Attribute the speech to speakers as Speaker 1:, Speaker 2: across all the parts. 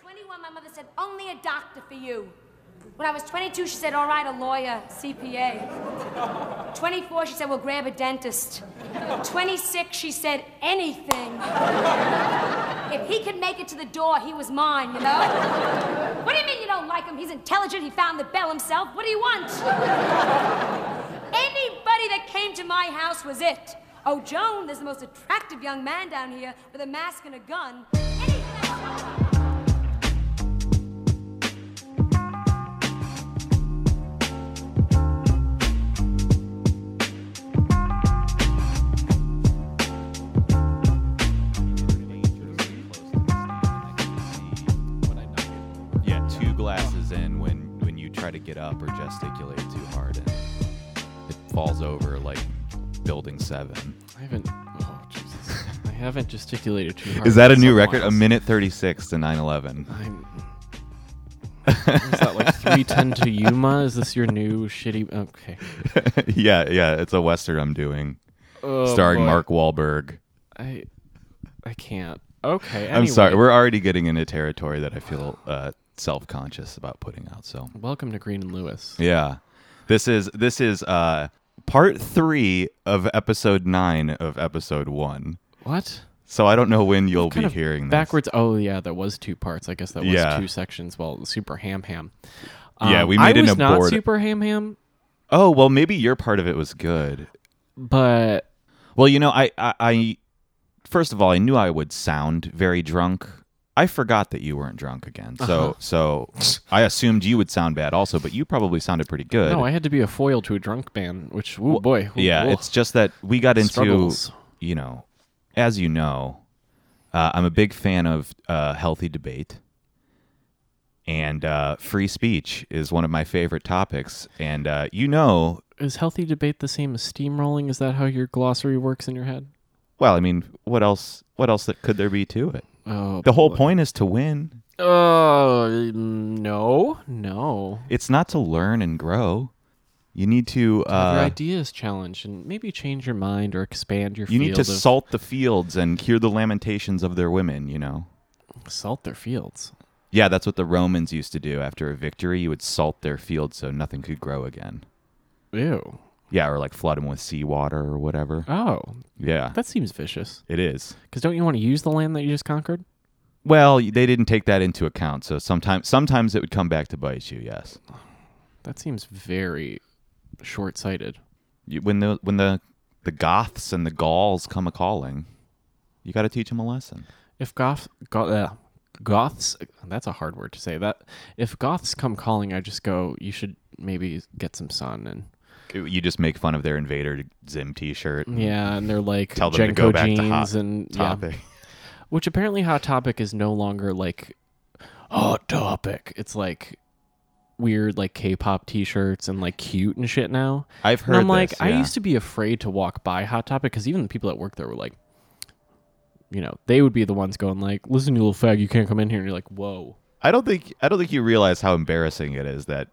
Speaker 1: 21, my mother said, only a doctor for you. When I was 22, she said, all right, a lawyer, CPA. 24, she said, well, grab a dentist. 26, she said, anything. If he could make it to the door, he was mine, you know? What do you mean you don't like him? He's intelligent, he found the bell himself. What do you want? Anybody that came to my house was it. Oh, Joan, there's the most attractive young man down here with a mask and a gun.
Speaker 2: Yeah, two glasses in when when you try to get up or gesticulate too hard and it falls over like building seven.
Speaker 3: I haven't. Oh Jesus! I haven't gesticulated too hard.
Speaker 2: Is that a
Speaker 3: in
Speaker 2: new
Speaker 3: some
Speaker 2: record? A
Speaker 3: whiles.
Speaker 2: minute thirty six to nine eleven.
Speaker 3: I'm. Is that like three ten to Yuma? Is this your new shitty? Okay.
Speaker 2: yeah, yeah, it's a western I'm doing,
Speaker 3: Oh,
Speaker 2: starring
Speaker 3: boy.
Speaker 2: Mark Wahlberg.
Speaker 3: I. I can't. Okay.
Speaker 2: I'm sorry,
Speaker 3: anyway.
Speaker 2: we're already getting into territory that I feel uh, self conscious about putting out. So
Speaker 3: Welcome to Green and Lewis.
Speaker 2: yeah, this is this is uh, part three of episode nine of episode one.
Speaker 3: What?
Speaker 2: So I don't know when you'll
Speaker 3: Kind
Speaker 2: be
Speaker 3: of
Speaker 2: hearing this.
Speaker 3: backwards. Oh yeah, that was two parts. I guess that was
Speaker 2: Yeah.
Speaker 3: two sections. Well, super ham ham. Um,
Speaker 2: Yeah, we
Speaker 3: I
Speaker 2: made an
Speaker 3: was not
Speaker 2: abort-
Speaker 3: super ham ham,
Speaker 2: Oh well, maybe your part of it was good.
Speaker 3: but
Speaker 2: Well, you know, I, I, I first of all, I knew I would sound very drunk. I forgot that you weren't drunk again,
Speaker 3: Uh-huh.
Speaker 2: so so I assumed you would sound bad also, but you probably sounded pretty good.
Speaker 3: no, I had to be a foil to a drunk man. Which, oh boy, ooh,
Speaker 2: yeah,
Speaker 3: ooh.
Speaker 2: it's just that we got into
Speaker 3: Struggles.
Speaker 2: you know, as you know, uh, I'm a big fan of uh, healthy debate, and uh, free speech is one of my favorite topics. And uh, you know,
Speaker 3: is healthy debate the same as steamrolling? Is that how your glossary works in your head?
Speaker 2: well, I mean, what else? What else that could there be to it?
Speaker 3: Oh,
Speaker 2: The whole point is to win.
Speaker 3: Oh no, no.
Speaker 2: it's not to learn and grow. You need to
Speaker 3: your
Speaker 2: uh,
Speaker 3: ideas challenge and maybe change your mind or expand your.
Speaker 2: you need to
Speaker 3: field of-
Speaker 2: salt the fields and hear the lamentations of their women. You know,
Speaker 3: salt their fields.
Speaker 2: yeah, that's what the Romans used to do after a victory. You would salt their fields so nothing could grow again.
Speaker 3: Ew.
Speaker 2: Yeah, or like flood them with seawater or whatever.
Speaker 3: Oh,
Speaker 2: Yeah,
Speaker 3: that seems vicious.
Speaker 2: it is.
Speaker 3: Because don't you want to use the land that you just conquered?
Speaker 2: Well, they didn't take that into account, so sometimes sometimes it would come back to bite you. Yes,
Speaker 3: That seems very short-sighted.
Speaker 2: you, when the when the the Goths and the Gauls come a calling, you got to teach them a lesson.
Speaker 3: If goth, goth uh, goths, that's a hard word to say. That if goths come calling, I just go. You should maybe get some sun and
Speaker 2: You just make fun of their invader Zim T-shirt.
Speaker 3: yeah, and they're like
Speaker 2: Tell them to
Speaker 3: Jenko
Speaker 2: go back to
Speaker 3: jeans
Speaker 2: Hot
Speaker 3: and yeah.
Speaker 2: topic.
Speaker 3: which apparently hot topic is no longer like hot topic. It's like weird like K-pop T-shirts and like cute and shit now.
Speaker 2: I've
Speaker 3: And
Speaker 2: heard.
Speaker 3: I'm like,
Speaker 2: this,
Speaker 3: I
Speaker 2: yeah.
Speaker 3: used to be afraid to walk by Hot Topic because even the people that work there were like, you know, they would be the ones going like, "Listen, you little fag, you can't come in here." And you're like, "Whoa,
Speaker 2: I don't think. I don't think you realize how embarrassing it is that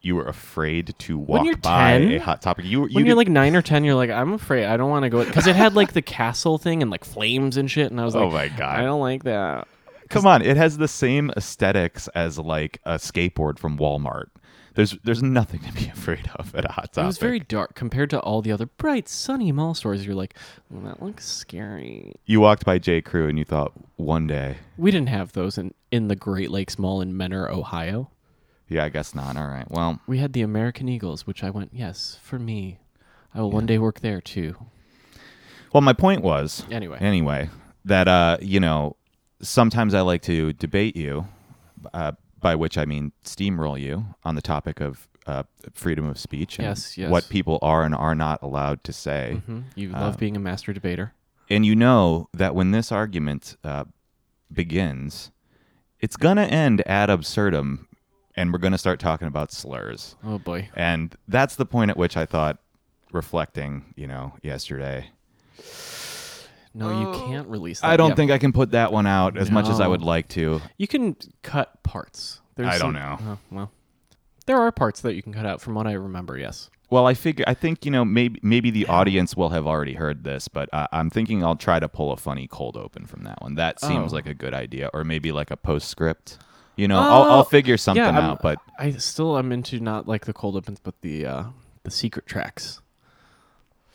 Speaker 2: you were afraid to walk
Speaker 3: you're
Speaker 2: by
Speaker 3: 10?
Speaker 2: a hot topic. You, you
Speaker 3: when you're
Speaker 2: did-
Speaker 3: like nine or ten, you're like, I'm afraid. I don't want to go because it had like the castle thing and like flames and shit. And I was like,
Speaker 2: Oh my God.
Speaker 3: I don't like that.
Speaker 2: come on. It has the same aesthetics as like a skateboard from Walmart. There's there's nothing to be afraid of at a hot topic.
Speaker 3: It was very dark compared to all the other bright, sunny mall stores. You're like, "Well, that looks scary.
Speaker 2: you walked by J Crew and you thought one day,
Speaker 3: We didn't have those in in the Great Lakes Mall in Menor, Ohio.
Speaker 2: yeah, I guess not. All right, well,
Speaker 3: We had the American Eagles, which I went, yes, for me. I will one day work there too.
Speaker 2: well, my point was
Speaker 3: Anyway.
Speaker 2: anyway that uh you know sometimes I like to debate you, uh, by which I mean steamroll you on the topic of uh, freedom of speech and
Speaker 3: Yes, Mm-hmm. yes.
Speaker 2: what people are and are not allowed to say.
Speaker 3: You
Speaker 2: Uh,
Speaker 3: love being a master debater.
Speaker 2: And you know that when this argument uh, begins, it's gonna end ad absurdum, and we're gonna start talking about slurs.
Speaker 3: Oh boy.
Speaker 2: And that's the point at which I thought, reflecting, you know, yesterday.
Speaker 3: No, you can't release that.
Speaker 2: Oh. I don't
Speaker 3: Yeah.
Speaker 2: think I can put that one out as much as I
Speaker 3: No.
Speaker 2: would like to.
Speaker 3: you can cut parts. There's
Speaker 2: I don't
Speaker 3: some-
Speaker 2: know.
Speaker 3: Oh, well. There are parts that you can cut out from what I remember, yes.
Speaker 2: Well, I figure I think you know maybe maybe the audience will have already heard this, but uh, I'm thinking I'll try to pull a funny cold open from that one. That seems
Speaker 3: Oh.
Speaker 2: like a good idea, or maybe like a postscript. You know, I'll, I'll
Speaker 3: Oh,
Speaker 2: figure something
Speaker 3: I'm-
Speaker 2: out. But
Speaker 3: I still am into not like the cold opens, but the uh the secret tracks.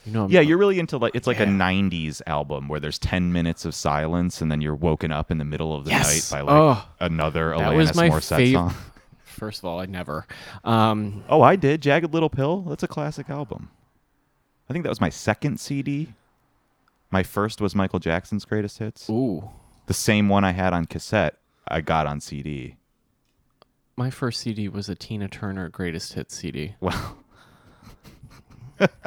Speaker 3: You know, I'm,
Speaker 2: yeah, you're really into like it's like a
Speaker 3: Yeah.
Speaker 2: '90s album where there's 10 minutes of silence, and then you're woken up in the middle of the
Speaker 3: Yes.
Speaker 2: night by like
Speaker 3: Oh.
Speaker 2: another
Speaker 3: that
Speaker 2: Alanis
Speaker 3: was my
Speaker 2: Morissette
Speaker 3: favorite.
Speaker 2: song.
Speaker 3: First of all, I never. Um,
Speaker 2: Oh, I did. Jagged Little Pill. That's a classic album. I think that was my second CD. My first was Michael Jackson's Greatest Hits.
Speaker 3: ooh,
Speaker 2: The same one I had on cassette, I got on CD.
Speaker 3: my first CD was a Tina Turner Greatest Hits CD.
Speaker 2: Well,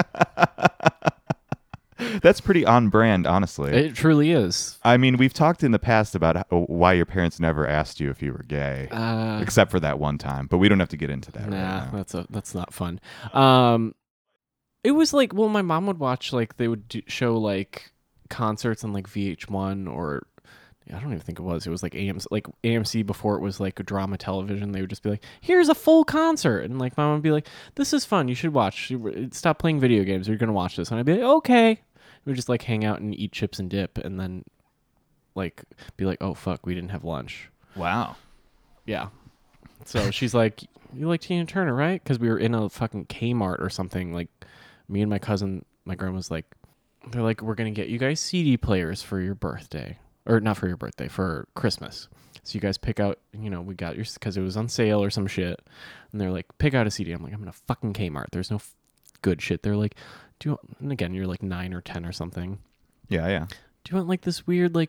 Speaker 2: that's pretty on brand, honestly.
Speaker 3: It truly is.
Speaker 2: I mean, we've talked in the past about how, why your parents never asked you if you were gay,
Speaker 3: Uh,
Speaker 2: except for that one time. But we don't have to get into that.
Speaker 3: Nah,
Speaker 2: right now.
Speaker 3: that's a that's not fun. Um, it was like well, my mom would watch like they would do, show like concerts on like VH1 or I don't even think it was. It was like AMC, like AMC before it was like drama television. They would just be like, "Here's a full concert," and like my mom would be like, "This is fun. You should watch. You- uh, Stop playing video games. You're gonna watch this." And I'd be like, "Okay." We would just like hang out and eat chips and dip, and then like be like, "Oh fuck, we didn't have lunch."
Speaker 2: Wow.
Speaker 3: Yeah. So she's like, "You like Tina Turner, right?" Because we were in a fucking Kmart or something. Like, me and my cousin, my grandma's like, they're like, "We're gonna get you guys CD players for your birthday, or not for your birthday, for Christmas." So you guys pick out, you know, we got your because it was on sale or some shit, and they're like, "Pick out a CD." I'm like, "I'm in a fucking Kmart. There's no f- good shit." They're like, "Do you?" want-" And again, you're like nine or ten or something
Speaker 2: Yeah, yeah.
Speaker 3: do you want like this weird like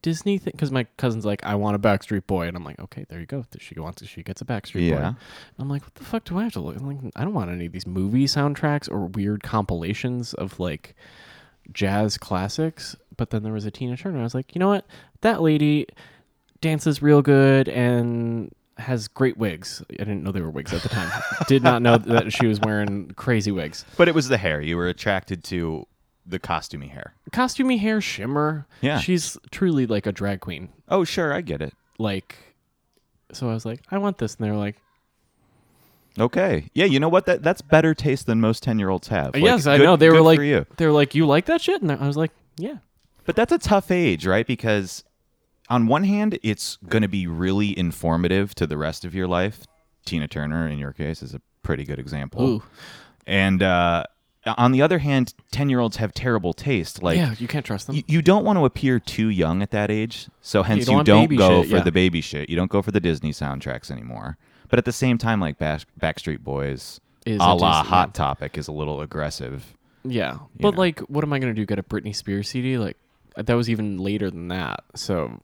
Speaker 3: Disney thing? Because my cousin's like, I want a Backstreet Boy, and I'm like, okay, there you go. She wants, she gets a Backstreet Boy.
Speaker 2: Yeah.
Speaker 3: And I'm like, what the fuck do I have to look? I'm like, I don't want any of these movie soundtracks or weird compilations of like jazz classics. But then there was a Tina Turner. I was like, you know what? That lady dances real good and has great wigs. I didn't know they were wigs at the time. Did not know that she was wearing crazy wigs.
Speaker 2: But it was the hair. You were attracted to the costumey hair.
Speaker 3: Costumey hair shimmer.
Speaker 2: Yeah.
Speaker 3: She's truly like a drag queen.
Speaker 2: Oh, sure. I get it.
Speaker 3: like so i was like i want this and they were like
Speaker 2: Okay. Yeah, you know what? That that's better taste than most ten year olds have. Like,
Speaker 3: yes i
Speaker 2: good-
Speaker 3: know they
Speaker 2: good
Speaker 3: were
Speaker 2: for
Speaker 3: like
Speaker 2: you.
Speaker 3: they were like you like that shit and i was like yeah
Speaker 2: But that's a tough age, right? Because on one hand, it's going to be really informative to the rest of your life. Tina Turner, in your case, is a pretty good example.
Speaker 3: Ooh.
Speaker 2: And uh, on the other hand, ten year olds have terrible taste. Like
Speaker 3: yeah you can't trust them
Speaker 2: you, you don't want to appear too young at that age. So hence
Speaker 3: don't
Speaker 2: you
Speaker 3: want
Speaker 2: don't,
Speaker 3: baby
Speaker 2: go
Speaker 3: shit,
Speaker 2: for
Speaker 3: yeah.
Speaker 2: the baby shit. You don't go for the Disney soundtracks anymore. But at the same time, like Bash- Backstreet Boys,
Speaker 3: Is
Speaker 2: a
Speaker 3: a
Speaker 2: la
Speaker 3: Disney-
Speaker 2: Hot Topic is a little aggressive.
Speaker 3: yeah but
Speaker 2: know.
Speaker 3: like what am i gonna do get a britney spears cd like that was even later than that so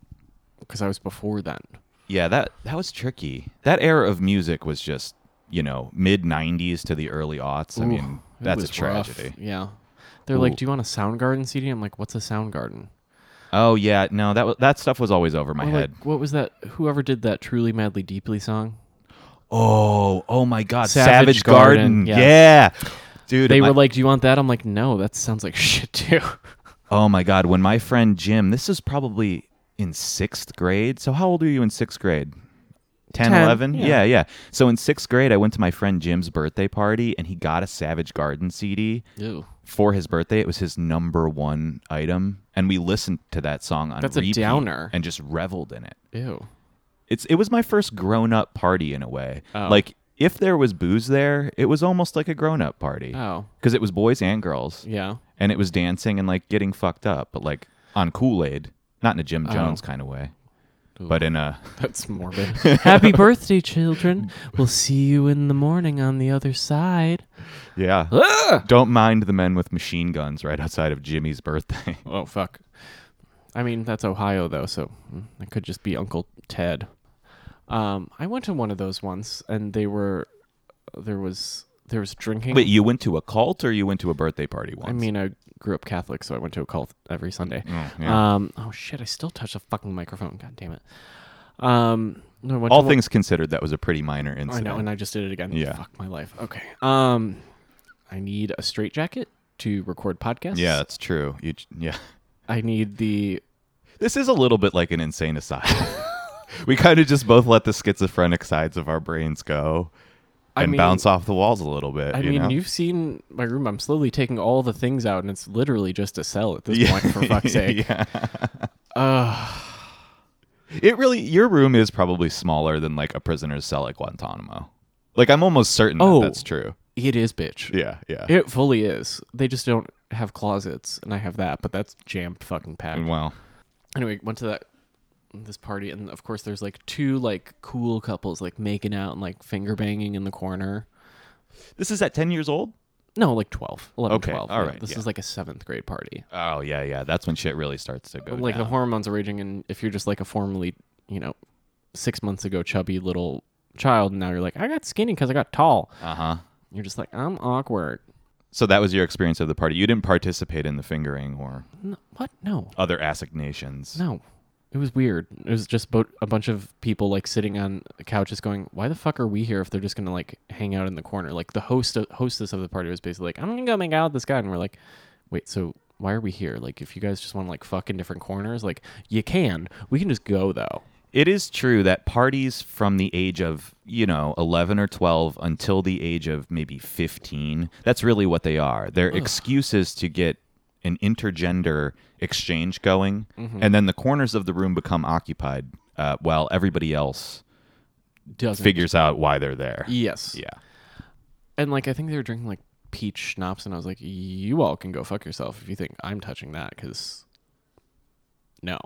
Speaker 3: because i was before then
Speaker 2: Yeah, that that was tricky. That era of music was just you know mid '90s to the early aughts. I
Speaker 3: Ooh,
Speaker 2: mean,
Speaker 3: it
Speaker 2: that's a
Speaker 3: was rough.
Speaker 2: tragedy.
Speaker 3: yeah they're
Speaker 2: Ooh.
Speaker 3: like do you want a soundgarden cd i'm like what's a soundgarden
Speaker 2: Oh yeah, no, that wa- that stuff was always over my
Speaker 3: Or,
Speaker 2: head.
Speaker 3: like, what was that whoever did that truly madly deeply song
Speaker 2: oh, oh my God,
Speaker 3: Savage Garden,
Speaker 2: yeah. Dude,
Speaker 3: they
Speaker 2: my-
Speaker 3: were like do you want that i'm like no that sounds like shit too
Speaker 2: oh my God, when my friend Jim, this is probably in sixth grade. So, how old were you in sixth grade? 10,
Speaker 3: Ten,
Speaker 2: 11?
Speaker 3: yeah.
Speaker 2: yeah, yeah. So, in sixth grade, I went to my friend Jim's birthday party and he got a Savage Garden CD.
Speaker 3: Ew.
Speaker 2: for his birthday. It was his number one item, and we listened to that song on
Speaker 3: That's a
Speaker 2: repeat
Speaker 3: downer.
Speaker 2: and just reveled in it.
Speaker 3: Ew.
Speaker 2: It's it was my first grown up party in a way.
Speaker 3: Oh.
Speaker 2: Like if there was booze there, it was almost like a grown up party
Speaker 3: Oh.
Speaker 2: because it was boys and girls,
Speaker 3: Yeah.
Speaker 2: and it was dancing and like getting fucked up, but like on Kool Aid, not in a
Speaker 3: Oh.
Speaker 2: Jim Jones kind of way, but in a
Speaker 3: That's morbid. Happy birthday, children. We'll see you in the morning on the other side.
Speaker 2: yeah. Don't mind the men with machine guns right outside of Jimmy's birthday.
Speaker 3: Oh, fuck. I mean, that's Ohio, though, so mm, it could just be Uncle Ted. Um, I went to one of those once, and they were, there was, there was drinking.
Speaker 2: Wait, you went to a cult or you went to a birthday party once?
Speaker 3: I mean, I grew up Catholic, so I went to a cult every Sunday.
Speaker 2: yeah.
Speaker 3: Um, oh shit, I still touch the fucking microphone. God damn it. Um, no, I went to
Speaker 2: all
Speaker 3: one-
Speaker 2: things considered, that was a pretty minor
Speaker 3: I
Speaker 2: incident.
Speaker 3: know, and I just did it again.
Speaker 2: Yeah.
Speaker 3: Fuck my life. Okay. Um, I need a straight jacket to record podcasts.
Speaker 2: Yeah, that's true. You, j- yeah,
Speaker 3: I need the.
Speaker 2: this is a little bit like an insane aside. we kind of just both let the schizophrenic sides of our brains go,
Speaker 3: I
Speaker 2: and
Speaker 3: mean-
Speaker 2: bounce off the walls a little bit.
Speaker 3: I
Speaker 2: you
Speaker 3: mean,
Speaker 2: know?
Speaker 3: you've seen my room. I'm slowly taking all the things out, and it's literally just a cell at this point. For fuck's sake,
Speaker 2: yeah. It really, your room is probably smaller than like a prisoner's cell at Guantanamo. Like I'm almost certain
Speaker 3: Oh.
Speaker 2: that that's true.
Speaker 3: it is bitch.
Speaker 2: Yeah, yeah.
Speaker 3: It fully is. They just don't have closets, and I have that, but that's jammed fucking packed.
Speaker 2: well,
Speaker 3: anyway, went to that this party, and of course, there's like two like cool couples like making out and like finger banging in the corner.
Speaker 2: this is at ten years old.
Speaker 3: No, like 12, 11,
Speaker 2: Okay,
Speaker 3: 12.
Speaker 2: all
Speaker 3: yeah.
Speaker 2: right,
Speaker 3: This
Speaker 2: yeah.
Speaker 3: is like a seventh grade party.
Speaker 2: Oh yeah, yeah. That's when shit really starts to go.
Speaker 3: like the
Speaker 2: down.
Speaker 3: hormones are raging, and if you're just like a formerly, you know, six months ago chubby little child, and now you're like, I got skinny because I got tall.
Speaker 2: Uh huh.
Speaker 3: You're just like, I'm awkward.
Speaker 2: So that was your experience of the party. You didn't participate in the fingering or
Speaker 3: No, what? No,
Speaker 2: other assignations.
Speaker 3: no. It was weird. It was just bo- a bunch of people like sitting on couches, going, "Why the fuck are we here if they're just gonna like hang out in the corner?" Like the host uh, hostess of the party was basically like, "I'm gonna go make out with this guy," and we're like, "Wait, so why are we here? Like, if you guys just want to like fuck in different corners, like you can. We can just go though."
Speaker 2: It is true that parties from the age of, you know, 11 or 12 until the age of maybe 15, that's really what they are. They're excuses to get an intergender exchange going. And then the corners of the room become occupied uh, while everybody else
Speaker 3: Doesn't
Speaker 2: figures out why they're there.
Speaker 3: Yes.
Speaker 2: Yeah.
Speaker 3: And like I think they were drinking like peach schnapps, and I was like, "You all can go fuck yourself if you think I'm touching that." Because no.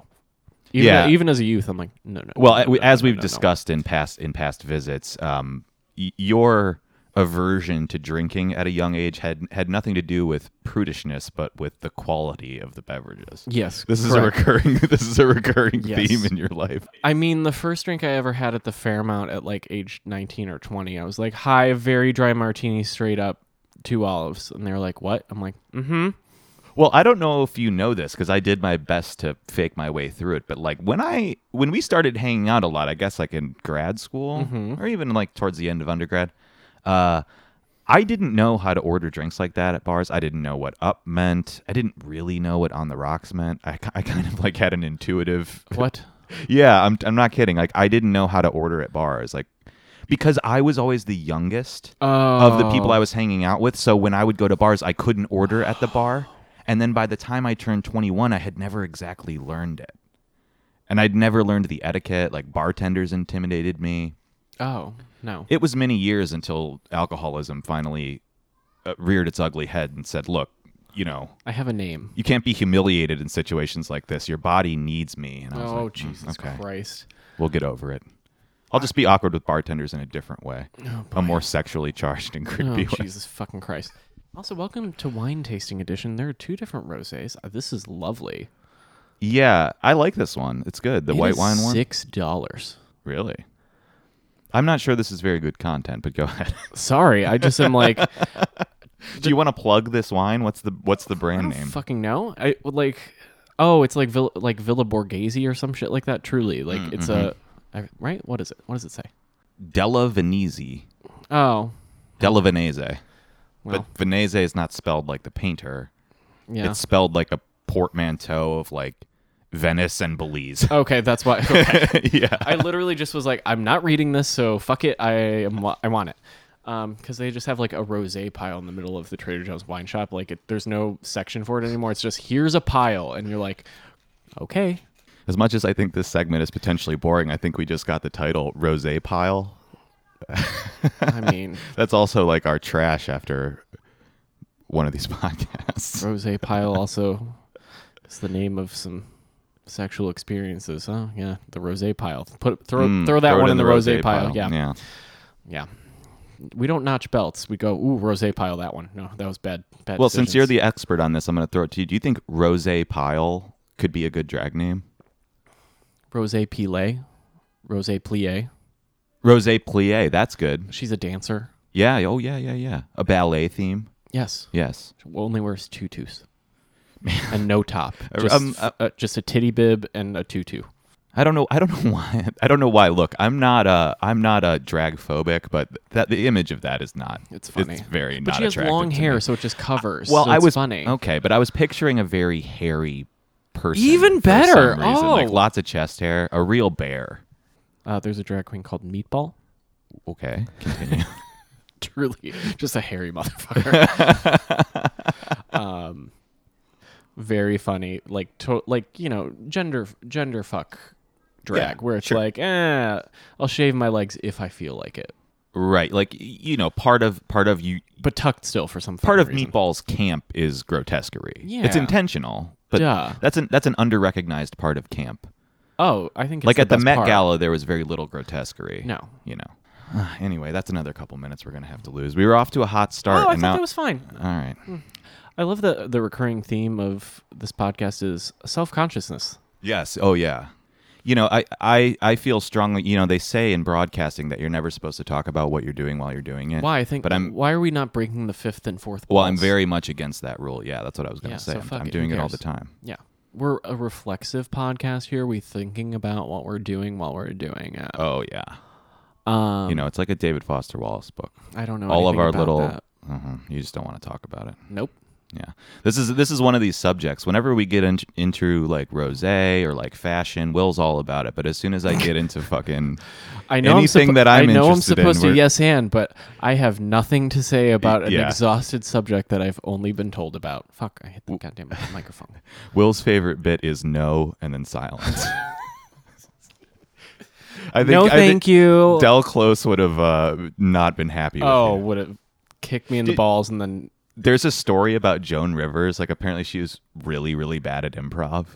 Speaker 3: Even
Speaker 2: Yeah.
Speaker 3: even as a youth, I'm like, no, no.
Speaker 2: Well,
Speaker 3: no,
Speaker 2: a- we-
Speaker 3: no,
Speaker 2: as
Speaker 3: no,
Speaker 2: we've
Speaker 3: no, no."
Speaker 2: discussed in past in past visits, um, y- your aversion to drinking at a young age had had nothing to do with prudishness, but with the quality of the beverages.
Speaker 3: Yes,
Speaker 2: This is
Speaker 3: correct.
Speaker 2: a recurring. This is a recurring
Speaker 3: Yes.
Speaker 2: theme in your life.
Speaker 3: I mean, the first drink I ever had at the Fairmount at like age 19 or 20, I was like, "Hi, very dry martini, straight up, two olives," and they were like, "What?" I'm like, "Mm-hmm."
Speaker 2: Well, I don't know if you know this because I did my best to fake my way through it. But like when I when we started hanging out a lot, I guess like in grad school
Speaker 3: Mm-hmm.
Speaker 2: or even like towards the end of undergrad, uh, I didn't know how to order drinks like that at bars. I didn't know what up meant. I didn't really know what on the rocks meant. I, ki- I kind of like had an intuitive
Speaker 3: What?
Speaker 2: yeah, I'm I'm not kidding. Like I didn't know how to order at bars, like because I was always the youngest
Speaker 3: Uh,
Speaker 2: of the
Speaker 3: Oh.
Speaker 2: people I was hanging out with. So when I would go to bars, I couldn't order at the bar. And then by the time I turned 21, I had never exactly learned it. And I'd never learned the etiquette, like bartenders intimidated me.
Speaker 3: Oh no.
Speaker 2: It was many years until alcoholism finally uh, reared its ugly head and said, "Look, you know,
Speaker 3: I have a name.
Speaker 2: you can't be humiliated in situations like this. Your body needs me." And I was
Speaker 3: Oh
Speaker 2: like, "Mm,
Speaker 3: Jesus
Speaker 2: okay."
Speaker 3: Christ.
Speaker 2: We'll get over it. I'll just be awkward with bartenders in a different way, a more sexually charged and
Speaker 3: Oh,
Speaker 2: creepy way.
Speaker 3: Jesus fucking Christ. Also, welcome to Wine Tasting Edition. There are two different rosés. Uh, This is lovely.
Speaker 2: Yeah, I like this one. It's good. The
Speaker 3: It
Speaker 2: white
Speaker 3: is
Speaker 2: wine one,
Speaker 3: Six dollars.
Speaker 2: really. I'm not sure this is very good content, but go ahead.
Speaker 3: Sorry, I just am like, I
Speaker 2: Do you want to plug this wine? What's the What's the brand
Speaker 3: don't
Speaker 2: name?
Speaker 3: fucking know. I would like, oh, it's like Villa, like Villa Borghese or some shit like that. Truly, like it's a I- right. What is it? What does it say?
Speaker 2: Della Venese.
Speaker 3: Oh,
Speaker 2: Della Venese.
Speaker 3: well,
Speaker 2: But Venese is not spelled like the painter.
Speaker 3: yeah.
Speaker 2: It's spelled like a portmanteau of like Venice and Belize.
Speaker 3: okay, that's why. okay.
Speaker 2: yeah.
Speaker 3: I literally just was like, I'm not reading this, so fuck it. I am, wa- I want it. Um, because they just have like a rosé pile in the middle of the Trader Joe's wine shop. Like, it, there's no section for it anymore. It's just here's a pile, and you're like, okay,
Speaker 2: As much as I think this segment is potentially boring, I think we just got the title Rose Pile.
Speaker 3: I mean,
Speaker 2: That's also like our trash after one of these podcasts.
Speaker 3: rosé pile also is the name of some sexual experiences. Oh yeah, the rosé pile. Put throw throw that
Speaker 2: Hmm, Mm, Throw it
Speaker 3: one in the, rosé, pile.
Speaker 2: Yeah.
Speaker 3: yeah, yeah. We don't notch belts. We go, ooh, rosé pile. That one. No, that was bad. bad
Speaker 2: Well, since you're
Speaker 3: decisions.
Speaker 2: the expert on this, I'm going to throw it to you. Do you think Rose Pile could be a good drag name?
Speaker 3: rosé pile, rosé plie.
Speaker 2: Rose Plie, that's good.
Speaker 3: She's a dancer.
Speaker 2: Yeah. Oh, yeah, yeah, yeah. A ballet theme.
Speaker 3: Yes.
Speaker 2: Yes.
Speaker 3: She only wears tutus and no top. Just,
Speaker 2: Um,
Speaker 3: uh, uh, just a titty bib and a tutu.
Speaker 2: I don't know. I don't know why. I don't know why. Look, I'm not a. I'm not a drag phobic, but that the image of that is not.
Speaker 3: It's funny.
Speaker 2: It's very.
Speaker 3: But
Speaker 2: not
Speaker 3: she has
Speaker 2: attractive
Speaker 3: long
Speaker 2: to
Speaker 3: hair,
Speaker 2: me.
Speaker 3: so it just covers.
Speaker 2: Well,
Speaker 3: so
Speaker 2: I
Speaker 3: it's
Speaker 2: was Oh.
Speaker 3: funny.
Speaker 2: Okay, but I was picturing a very hairy person.
Speaker 3: Even
Speaker 2: for
Speaker 3: better.
Speaker 2: some reason. like
Speaker 3: Oh.
Speaker 2: lots of chest hair, a real bear.
Speaker 3: Uh, there's a drag queen called Meatball.
Speaker 2: Okay, continue.
Speaker 3: truly just a hairy motherfucker. um, very funny, like to, like you know, gender gender fuck drag,
Speaker 2: Yeah,
Speaker 3: where it's
Speaker 2: sure.
Speaker 3: like, eh, I'll shave my legs if I feel like it,
Speaker 2: right like y- you know part of part of you
Speaker 3: but tucked still for some
Speaker 2: part
Speaker 3: fucking
Speaker 2: of
Speaker 3: reason.
Speaker 2: meatball's camp is grotesquerie it's
Speaker 3: Yeah.
Speaker 2: intentional but
Speaker 3: Duh.
Speaker 2: that's an that's an underrecognized part of camp
Speaker 3: Oh, I think it's
Speaker 2: like at the
Speaker 3: best
Speaker 2: Met
Speaker 3: part.
Speaker 2: Gala, there was very little grotesquerie.
Speaker 3: No.
Speaker 2: you know. Anyway, that's another couple minutes we're gonna have to lose. We were off to a hot
Speaker 3: Oh,
Speaker 2: start.
Speaker 3: I
Speaker 2: and
Speaker 3: thought
Speaker 2: now,
Speaker 3: that was Hmm. fine.
Speaker 2: all right.
Speaker 3: I love the the recurring theme of this podcast is self consciousness.
Speaker 2: Yes. Oh, yeah. You know, I, I I feel strongly. You know, they say in broadcasting that you're never supposed to talk about what you're doing while you're doing it.
Speaker 3: Why I think,
Speaker 2: But I'm
Speaker 3: why are we not breaking the fifth and fourth?
Speaker 2: well, I'm
Speaker 3: walls?
Speaker 2: very much against that rule. Yeah, that's what I was gonna
Speaker 3: Yeah,
Speaker 2: say.
Speaker 3: so
Speaker 2: I'm,
Speaker 3: fuck
Speaker 2: I'm
Speaker 3: it. Who
Speaker 2: doing it all
Speaker 3: cares?
Speaker 2: the time.
Speaker 3: yeah. We're a reflexive podcast here. We thinking about what we're doing while we're doing Uh, it.
Speaker 2: Oh yeah.
Speaker 3: Um,
Speaker 2: you know, it's like a David Foster Wallace book.
Speaker 3: I don't know
Speaker 2: All of
Speaker 3: anything
Speaker 2: our
Speaker 3: about
Speaker 2: little.
Speaker 3: that.
Speaker 2: Uh-huh, you just don't want to talk about it.
Speaker 3: Nope.
Speaker 2: Yeah. This is this is one of these subjects. Whenever we get in, into like rosé or like fashion, Will's all about it. But as soon as I get into fucking
Speaker 3: I know I'm
Speaker 2: Anything
Speaker 3: suppo-
Speaker 2: that I'm
Speaker 3: I know I'm
Speaker 2: interested in,
Speaker 3: supposed
Speaker 2: we're-
Speaker 3: to yes and, but I have nothing to say about an
Speaker 2: yeah.
Speaker 3: exhausted subject that I've only been told about. Fuck! I hit the goddamn microphone.
Speaker 2: Will's favorite bit is no and then silence. I think
Speaker 3: no,
Speaker 2: I
Speaker 3: thank
Speaker 2: think
Speaker 3: you.
Speaker 2: Del Close would have uh, not been happy. With
Speaker 3: oh,
Speaker 2: you.
Speaker 3: would it kick me in the balls and then
Speaker 2: there's a story about Joan Rivers. Like apparently she was really, really bad at improv,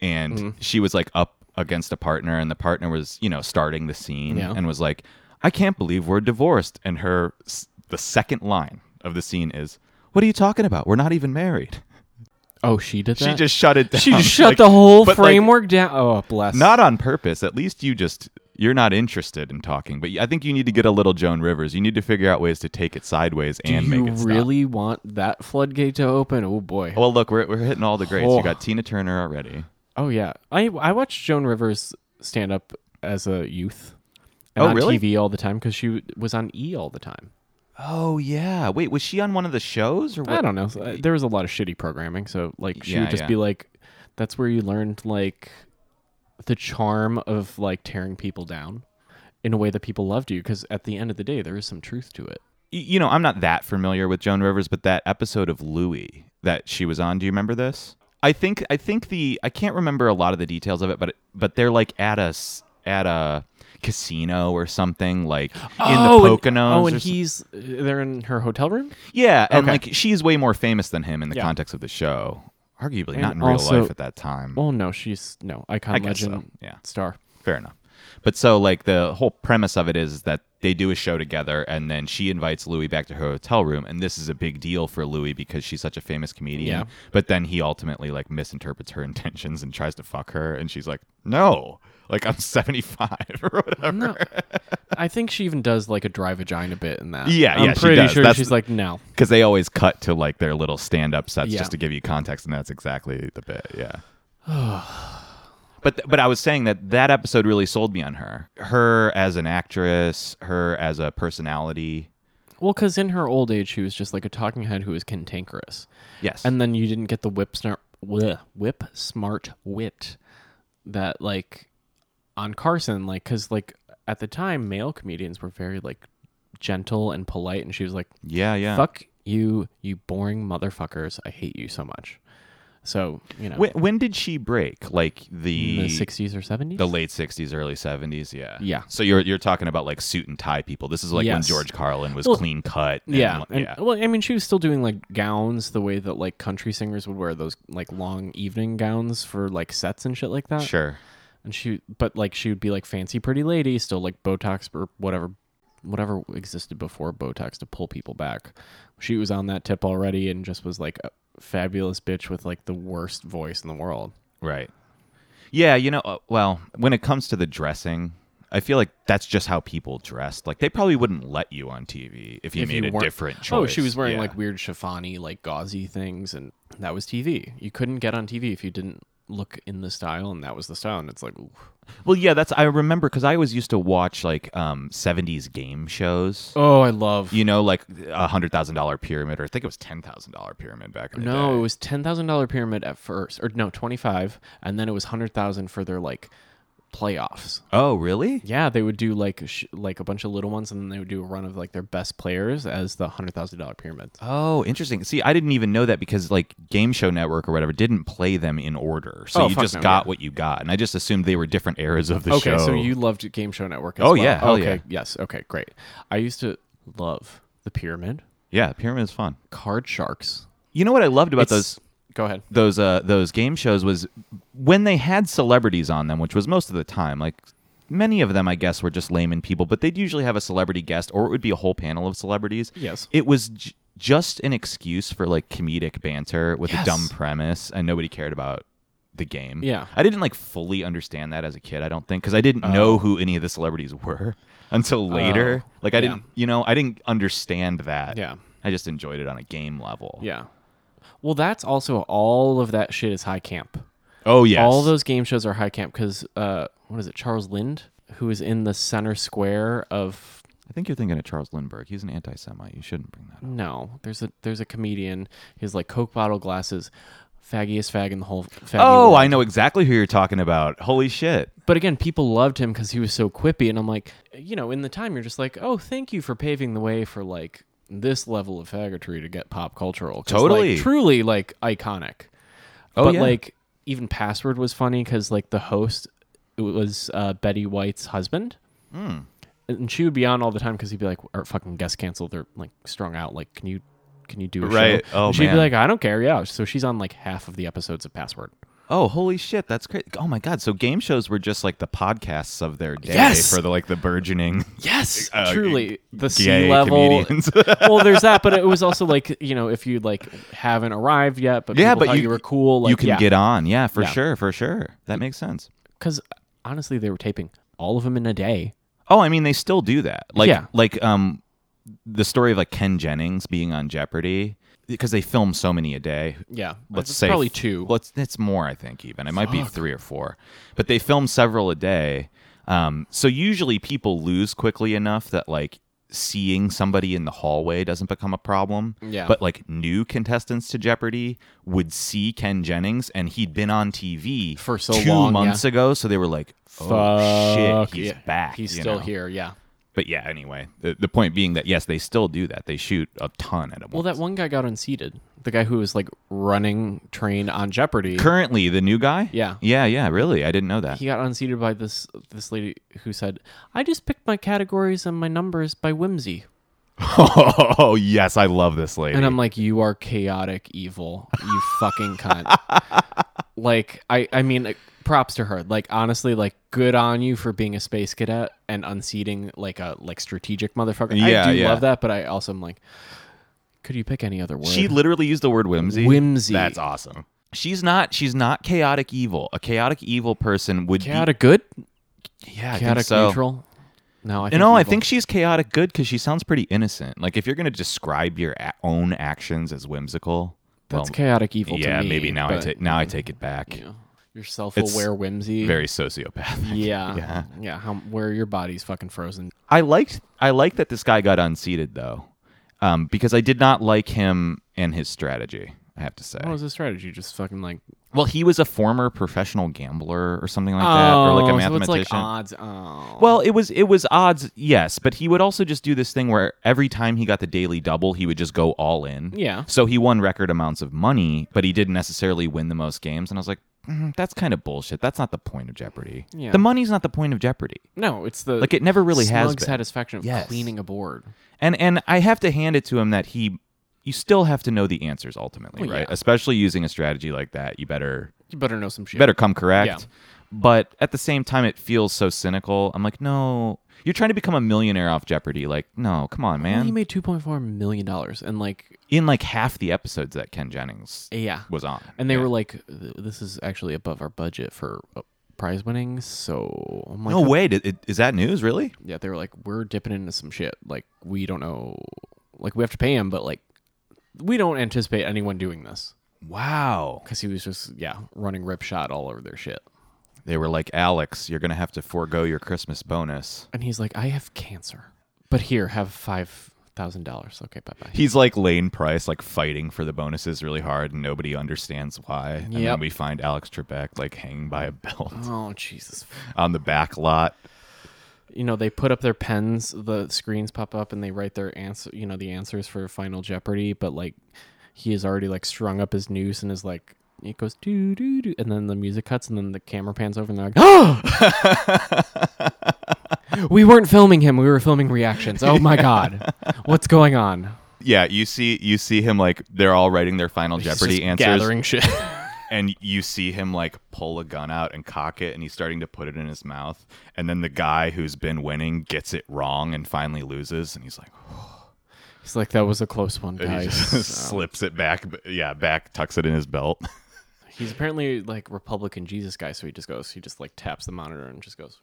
Speaker 2: and
Speaker 3: Mm-hmm.
Speaker 2: she was like up against a partner, and the partner was you know starting the scene
Speaker 3: Yeah.
Speaker 2: and was like, "I can't believe we're divorced." And her s- the second line of the scene is, "What are you talking about? We're not even married."
Speaker 3: Oh, she did that.
Speaker 2: She just shut it down.
Speaker 3: she just shut
Speaker 2: Like,
Speaker 3: the whole
Speaker 2: but, like,
Speaker 3: framework down. Oh, bless.
Speaker 2: not on purpose. At least you just you're not interested in talking. But I think you need to get a little Joan Rivers. You need to figure out ways to take it sideways
Speaker 3: Do
Speaker 2: and
Speaker 3: you
Speaker 2: make it stop.
Speaker 3: really want that floodgate to open? Oh boy.
Speaker 2: Well, look, we're, we're hitting all the greats.
Speaker 3: Oh.
Speaker 2: You got Tina Turner already.
Speaker 3: Oh yeah. I I watched Joan Rivers stand up as a youth. And
Speaker 2: Oh,
Speaker 3: on
Speaker 2: really?
Speaker 3: TV all the time because she was on E all the time.
Speaker 2: Oh yeah. Wait, was she on one of the shows or what?
Speaker 3: I don't know. uh, There was a lot of shitty programming, so like she
Speaker 2: Yeah,
Speaker 3: would just
Speaker 2: yeah.
Speaker 3: be like, "That's where you learned like the charm of like tearing people down in a way that people loved you." Because at the end of the day, there is some truth to it.
Speaker 2: Y- You know, I'm not that familiar with Joan Rivers, but that episode of Louie that she was on, do you remember this? I think I think the I can't remember a lot of the details of it, but but they're like at a s- at a casino or something like in the
Speaker 3: and,
Speaker 2: Poconos.
Speaker 3: oh,
Speaker 2: or
Speaker 3: and
Speaker 2: s-
Speaker 3: he's they're in her hotel room.
Speaker 2: yeah, and
Speaker 3: Okay.
Speaker 2: like she's way more famous than him in the
Speaker 3: Yeah.
Speaker 2: context of the show, arguably
Speaker 3: And
Speaker 2: not in
Speaker 3: also-
Speaker 2: real life at that time.
Speaker 3: Well, no, she's no icon
Speaker 2: I guess so,
Speaker 3: legend
Speaker 2: yeah.
Speaker 3: star.
Speaker 2: Fair enough. But so like the whole premise of it is that they do a show together and then she invites Louis back to her hotel room and this is a big deal for Louis because she's such a famous comedian.
Speaker 3: Yeah.
Speaker 2: But then he ultimately like misinterprets her intentions and tries to fuck her and she's like, "No." Like I'm 75 or whatever.
Speaker 3: No, I think she even does like a dry vagina bit in that.
Speaker 2: Yeah,
Speaker 3: I'm
Speaker 2: yeah, she
Speaker 3: pretty
Speaker 2: does.
Speaker 3: sure
Speaker 2: That's-
Speaker 3: she's like no.
Speaker 2: Cuz they always cut to like their little stand-up sets
Speaker 3: Yeah.
Speaker 2: just to give you context and that's exactly the bit, yeah. But, th- but I was saying that that episode really sold me on her. Her as an actress, her as a personality.
Speaker 3: Well, because in her old age, she was just like a talking head who was cantankerous,
Speaker 2: Yes.
Speaker 3: and then you didn't get the whip smart, bleh, whip smart wit that like on Carson, like because like at the time, male comedians were very like gentle and polite, and she was like,
Speaker 2: Yeah, yeah.
Speaker 3: "Fuck you, you boring motherfuckers! I hate you so much." So you know,
Speaker 2: When, when did she break? Like
Speaker 3: in
Speaker 2: the
Speaker 3: the sixties or seventies,
Speaker 2: the late '60s, early '70s. Yeah.
Speaker 3: Yeah.
Speaker 2: So you're you're talking about like suit and tie people. This is like when
Speaker 3: Yes.
Speaker 2: George Carlin was
Speaker 3: Well,
Speaker 2: clean cut. and-
Speaker 3: Yeah, and-
Speaker 2: yeah.
Speaker 3: Well, I mean, she was still doing like gowns the way that like country singers would wear those like long evening gowns for like sets and shit like that.
Speaker 2: Sure.
Speaker 3: And she, but like she would be like fancy pretty lady, still like Botox or whatever, whatever existed before Botox to pull people back. She was on that tip already and just was like a fabulous bitch with like the worst voice in the world.
Speaker 2: Right. Yeah. You know. uh, Well, when it comes to the dressing. I feel like that's just how people dressed. Like they probably wouldn't let you on TV if you made a
Speaker 3: weren't-
Speaker 2: different choice.
Speaker 3: Oh, she was wearing
Speaker 2: Yeah.
Speaker 3: like weird chiffony, like gauzy things, and that was TV. You couldn't get on TV if you didn't look in the style, and that was the style. And it's like, oof.
Speaker 2: Well, yeah, that's I remember because I always used to watch like um 70s game shows.
Speaker 3: oh, I love.
Speaker 2: You know, like a hundred thousand dollar pyramid, or I think it was ten thousand dollar pyramid back in the day.
Speaker 3: No, it was ten thousand dollar pyramid at first, or no, twenty five, and then it was hundred thousand for their like playoffs.
Speaker 2: Oh, really?
Speaker 3: Yeah, they would do like sh- like a bunch of little ones, and then they would do a run of like their best players as the hundred thousand dollar pyramid.
Speaker 2: Oh, interesting. See, I didn't even know that because like Game Show Network or whatever didn't play them in order. So
Speaker 3: Oh,
Speaker 2: you
Speaker 3: fuck
Speaker 2: just
Speaker 3: no,
Speaker 2: got
Speaker 3: yeah.
Speaker 2: what you got. And I just assumed they were different eras of the show.
Speaker 3: okay, so you loved Game Show Network. As
Speaker 2: Oh,
Speaker 3: well.
Speaker 2: yeah, hell
Speaker 3: okay,
Speaker 2: yeah.
Speaker 3: yes, okay, great. I used to love the pyramid,
Speaker 2: Yeah, Pyramid is fun.
Speaker 3: card sharks.
Speaker 2: You know what I loved about
Speaker 3: It's-
Speaker 2: those
Speaker 3: Go ahead.
Speaker 2: those uh those game shows was when they had celebrities on them, which was most of the time, like many of them I guess were just layman people, but they'd usually have a celebrity guest or it would be a whole panel of celebrities.
Speaker 3: Yes.
Speaker 2: It was j- just an excuse for like comedic banter with
Speaker 3: Yes.
Speaker 2: a dumb premise and nobody cared about the game.
Speaker 3: Yeah.
Speaker 2: I didn't like fully understand that as a kid, I don't think, cuz I didn't know who any of the celebrities were until later.
Speaker 3: Oh,
Speaker 2: like I
Speaker 3: yeah.
Speaker 2: didn't, you know, I didn't understand that.
Speaker 3: Yeah.
Speaker 2: I just enjoyed it on a game level.
Speaker 3: Yeah. Well, that's also all of that shit is high camp.
Speaker 2: Oh yes.
Speaker 3: All those game shows are high camp because uh, what is it? Charles Lind, who is in the center square of
Speaker 2: I think you're thinking of Charles Lindbergh. He's an anti-Semite. You shouldn't bring that up.
Speaker 3: no, there's a there's a comedian. He has like Coke bottle glasses, faggiest fag in the whole. Faggy
Speaker 2: Oh,
Speaker 3: world.
Speaker 2: I know exactly who you're talking about. Holy shit!
Speaker 3: But again, people loved him because he was so quippy, and I'm like, you know, in the time you're just like, oh, thank you for paving the way for like this level of faggotry to get pop cultural. 'Cause, like,
Speaker 2: Totally.
Speaker 3: truly like iconic.
Speaker 2: Oh,
Speaker 3: but
Speaker 2: yeah.
Speaker 3: like even password was funny because like the host it was uh, Betty White's husband,
Speaker 2: Hmm.
Speaker 3: and she would be on all the time because he'd be like, "Or fucking guest canceled. They're like strung out. Like, can you can you do a
Speaker 2: Right.
Speaker 3: show?"
Speaker 2: Oh,
Speaker 3: And she'd
Speaker 2: man.
Speaker 3: be like, "I don't care." Yeah. So she's on like half of the episodes of Password.
Speaker 2: Oh, holy shit! That's crazy. Oh my god! So game shows were just like the podcasts of their day
Speaker 3: Yes!
Speaker 2: for the like the burgeoning
Speaker 3: Yes,
Speaker 2: uh,
Speaker 3: truly the
Speaker 2: gay
Speaker 3: sea level.
Speaker 2: comedians.
Speaker 3: well, there's that, but it was also like you know if you like haven't arrived yet, but
Speaker 2: yeah,
Speaker 3: people
Speaker 2: but
Speaker 3: thought
Speaker 2: you,
Speaker 3: you, were cool. Like,
Speaker 2: you can
Speaker 3: yeah.
Speaker 2: get on. Yeah, for
Speaker 3: Yeah.
Speaker 2: sure, for sure. That makes sense.
Speaker 3: because honestly, they were taping all of them in a day.
Speaker 2: Oh, I mean, they still do that. Like,
Speaker 3: Yeah.
Speaker 2: like um, the story of like Ken Jennings being on Jeopardy because they film so many a day.
Speaker 3: Yeah,
Speaker 2: let's
Speaker 3: It's
Speaker 2: say
Speaker 3: probably two.
Speaker 2: Well, it's, it's more, I think, even it might be three or four, but they film several a day. Um, so usually people lose quickly enough that like seeing somebody in the hallway doesn't become a problem.
Speaker 3: Yeah.
Speaker 2: But like new contestants to Jeopardy would see Ken Jennings, and he'd been on TV
Speaker 3: For so
Speaker 2: two
Speaker 3: long,
Speaker 2: months ago, so they were like, "Oh
Speaker 3: Fuck,
Speaker 2: shit, he's
Speaker 3: yeah.
Speaker 2: back.
Speaker 3: He's
Speaker 2: you
Speaker 3: still
Speaker 2: know?
Speaker 3: here. Yeah.
Speaker 2: But yeah, anyway, the, the point being that yes, they still do that. They shoot a ton at a
Speaker 3: Well,
Speaker 2: once.
Speaker 3: that one guy got unseated. The guy who was like running train on Jeopardy.
Speaker 2: Currently, the new guy.
Speaker 3: Yeah.
Speaker 2: yeah, yeah. Really, I didn't know that.
Speaker 3: he got unseated by this this lady who said, "I just picked my categories and my numbers by whimsy."
Speaker 2: Oh yes, I love this lady.
Speaker 3: And I'm like, "You are chaotic evil. You fucking cunt." like, I I mean, like, props to her. Like, honestly, like good on you for being a space cadet and unseating like a like strategic motherfucker.
Speaker 2: Yeah,
Speaker 3: I do
Speaker 2: yeah.
Speaker 3: love that, but I also am like, could you pick any other word?
Speaker 2: she literally used the word whimsy.
Speaker 3: Whimsy.
Speaker 2: That's awesome. She's not. She's not chaotic evil. A chaotic evil person would
Speaker 3: chaotic good.
Speaker 2: Be, yeah, I think
Speaker 3: chaotic
Speaker 2: so.
Speaker 3: neutral. No, I
Speaker 2: You
Speaker 3: think
Speaker 2: know, I
Speaker 3: evil.
Speaker 2: think she's chaotic good because she sounds pretty innocent. Like if you're gonna describe your a- own actions as whimsical,
Speaker 3: that's
Speaker 2: well,
Speaker 3: chaotic evil.
Speaker 2: Yeah,
Speaker 3: to me,
Speaker 2: maybe now I
Speaker 3: but,
Speaker 2: take now I take it back.
Speaker 3: you know, your self-aware whimsy.
Speaker 2: Very sociopathic.
Speaker 3: yeah,
Speaker 2: Yeah.
Speaker 3: yeah, How where your body's fucking frozen.
Speaker 2: I liked I liked that this guy got unseated though, um, because I did not like him and his strategy. I have to say.
Speaker 3: What was the Oh, strategy? Just fucking like
Speaker 2: Well, he was a former professional gambler or something like that, or like a
Speaker 3: Oh, so
Speaker 2: mathematician.
Speaker 3: it's like odds. Oh,
Speaker 2: well, it was it was odds, yes, but he would also just do this thing where every time he got the daily double, he would just go all in.
Speaker 3: Yeah.
Speaker 2: So he won record amounts of money, but he didn't necessarily win the most games. And I was like, "Mm, that's kind of bullshit. That's not the point of Jeopardy.
Speaker 3: Yeah.
Speaker 2: The money's not the point of Jeopardy.
Speaker 3: no, it's the
Speaker 2: Like it never really has
Speaker 3: snug
Speaker 2: been.
Speaker 3: satisfaction of
Speaker 2: Yes.
Speaker 3: cleaning a board.
Speaker 2: And and I have to hand it to him that he you still have to know the answers ultimately,
Speaker 3: Well,
Speaker 2: right?
Speaker 3: yeah.
Speaker 2: Especially using a strategy like that, you better
Speaker 3: You better know some shit.
Speaker 2: you better come correct.
Speaker 3: Yeah.
Speaker 2: But at the same time, it feels so cynical. I'm like, no, you're trying to become a millionaire off Jeopardy. Like, no, come on,
Speaker 3: Well,
Speaker 2: man.
Speaker 3: he made two point four million dollars, and like
Speaker 2: In like half the episodes that Ken Jennings
Speaker 3: yeah,
Speaker 2: was on,
Speaker 3: and they
Speaker 2: Yeah.
Speaker 3: were like, "This is actually above our budget for uh, prize winnings." So I'm like,
Speaker 2: no way, did, it- is that news really?
Speaker 3: yeah, they were like, we're dipping into some shit. Like, we don't know. Like, we have to pay him, but like, we don't anticipate anyone doing this
Speaker 2: Wow.
Speaker 3: because he was just, yeah, running rip shot all over their shit.
Speaker 2: They were like, Alex, you're gonna have to forego your Christmas bonus.
Speaker 3: And he's like, I have cancer, but here, have $5,000. thousand dollars. Okay, bye bye.
Speaker 2: He's like Lane Price, like fighting for the bonuses really hard, and nobody understands why. And
Speaker 3: Yep.
Speaker 2: then we find Alex Trebek like hanging by a belt
Speaker 3: Oh Jesus!
Speaker 2: on the back lot.
Speaker 3: You know they put up their pens. The screens pop up and they write their answer. You know the answers for Final Jeopardy. But like, he is already like strung up his noose and is like. It goes doo doo doo, and then the music cuts, and then the camera pans over, and they're like, "Oh, we weren't filming him; we were filming reactions." Oh my god, what's going on?
Speaker 2: Yeah, you see, you see him like they're all writing their final
Speaker 3: He's
Speaker 2: Jeopardy
Speaker 3: just
Speaker 2: answers,
Speaker 3: gathering shit.
Speaker 2: and you see him like pull a gun out and cock it, and he's starting to put it in his mouth, and then the guy who's been winning gets it wrong and finally loses, and he's like,
Speaker 3: He's like, "That was a close one,
Speaker 2: and he
Speaker 3: guys."
Speaker 2: just slips it back, yeah, back, tucks it in his belt.
Speaker 3: He's apparently like Republican Jesus guy, so he just goes, he just like taps the monitor and just goes.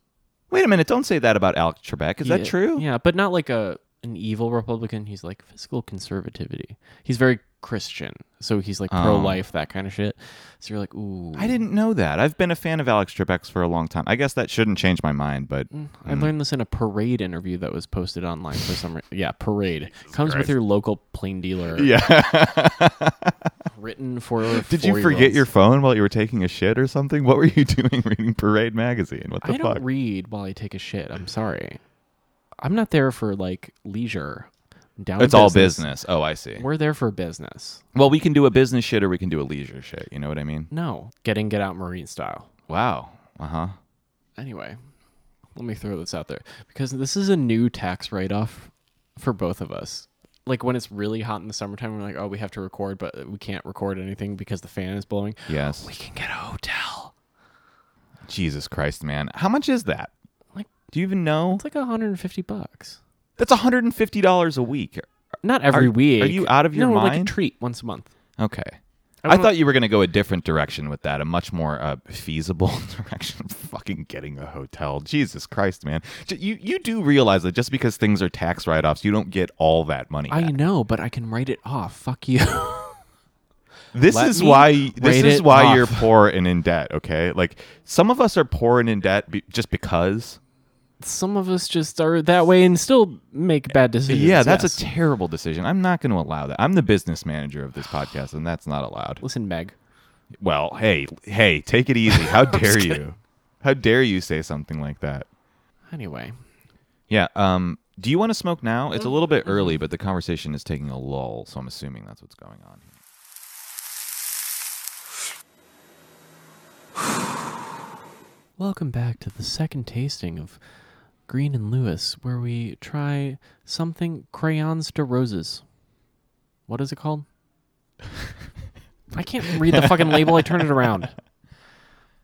Speaker 2: Wait a minute, don't say that about Alex Trebek. Is that
Speaker 3: Yeah,
Speaker 2: true?
Speaker 3: Yeah, but not like a an evil Republican. He's like fiscal conservativity. He's very Christian, so he's like pro life, that kind of shit. So you're like, ooh,
Speaker 2: I didn't know that. I've been a fan of Alex Trebek's for a long time. I guess that shouldn't change my mind, but
Speaker 3: I learned this in a parade interview that was posted online for some reason. Yeah, parade comes with your local plain dealer.
Speaker 2: yeah.
Speaker 3: written for.
Speaker 2: Did you forget your phone while you were taking a shit or something? What were you doing reading Parade magazine? What the
Speaker 3: I
Speaker 2: fuck?
Speaker 3: don't read while I take a shit. I'm sorry. I'm not there for like leisure. I'm Down
Speaker 2: it's all business. Oh, I see.
Speaker 3: We're there for business.
Speaker 2: Well, we can do a business shit or we can do a leisure shit. You know what I mean?
Speaker 3: No, get in, get out, Marine style.
Speaker 2: Wow. Uh huh.
Speaker 3: Anyway, let me throw this out there because this is a new tax write off for both of us. Like when it's really hot in the summertime, we're like, oh, we have to record, but we can't record anything because the fan is blowing.
Speaker 2: Yes.
Speaker 3: We can get a hotel.
Speaker 2: Jesus Christ, man. How much is that?
Speaker 3: Like-
Speaker 2: do you even know?
Speaker 3: It's like 150 bucks.
Speaker 2: That's $150 a week.
Speaker 3: Not every
Speaker 2: Are-
Speaker 3: week.
Speaker 2: are you out of your
Speaker 3: no, Like a
Speaker 2: mind?
Speaker 3: treat once a month.
Speaker 2: Okay.
Speaker 3: I
Speaker 2: I,
Speaker 3: wanna-
Speaker 2: thought you were going to go a different direction with that, a much more uh, feasible direction. Fucking getting a hotel, Jesus Christ, man! J- You you do realize that just because things are tax write offs, you don't get all that money.
Speaker 3: I
Speaker 2: back.
Speaker 3: know, but I can write it off. Fuck you.
Speaker 2: This
Speaker 3: Let
Speaker 2: is
Speaker 3: me
Speaker 2: why this
Speaker 3: rate
Speaker 2: is
Speaker 3: it
Speaker 2: why
Speaker 3: off.
Speaker 2: you're poor and in debt. Okay, like some of us are poor and in debt be- just because.
Speaker 3: Some of us just are that way and still make bad decisions.
Speaker 2: yeah, that's
Speaker 3: yes.
Speaker 2: a terrible decision. I'm not going to allow that. I'm the business manager of this podcast, and that's not allowed.
Speaker 3: Listen, Meg.
Speaker 2: Well, hey, hey, take it easy. How dare you? How dare you say something like that?
Speaker 3: Anyway,
Speaker 2: Yeah. Um. Do you want to smoke now? It's a little bit early, but the conversation is taking a lull, so I'm assuming that's what's going on. here.
Speaker 3: welcome back to the second tasting of Green and Lewis, where we try something crayons to roses. What is it called? I can't read the fucking label. I turn it around.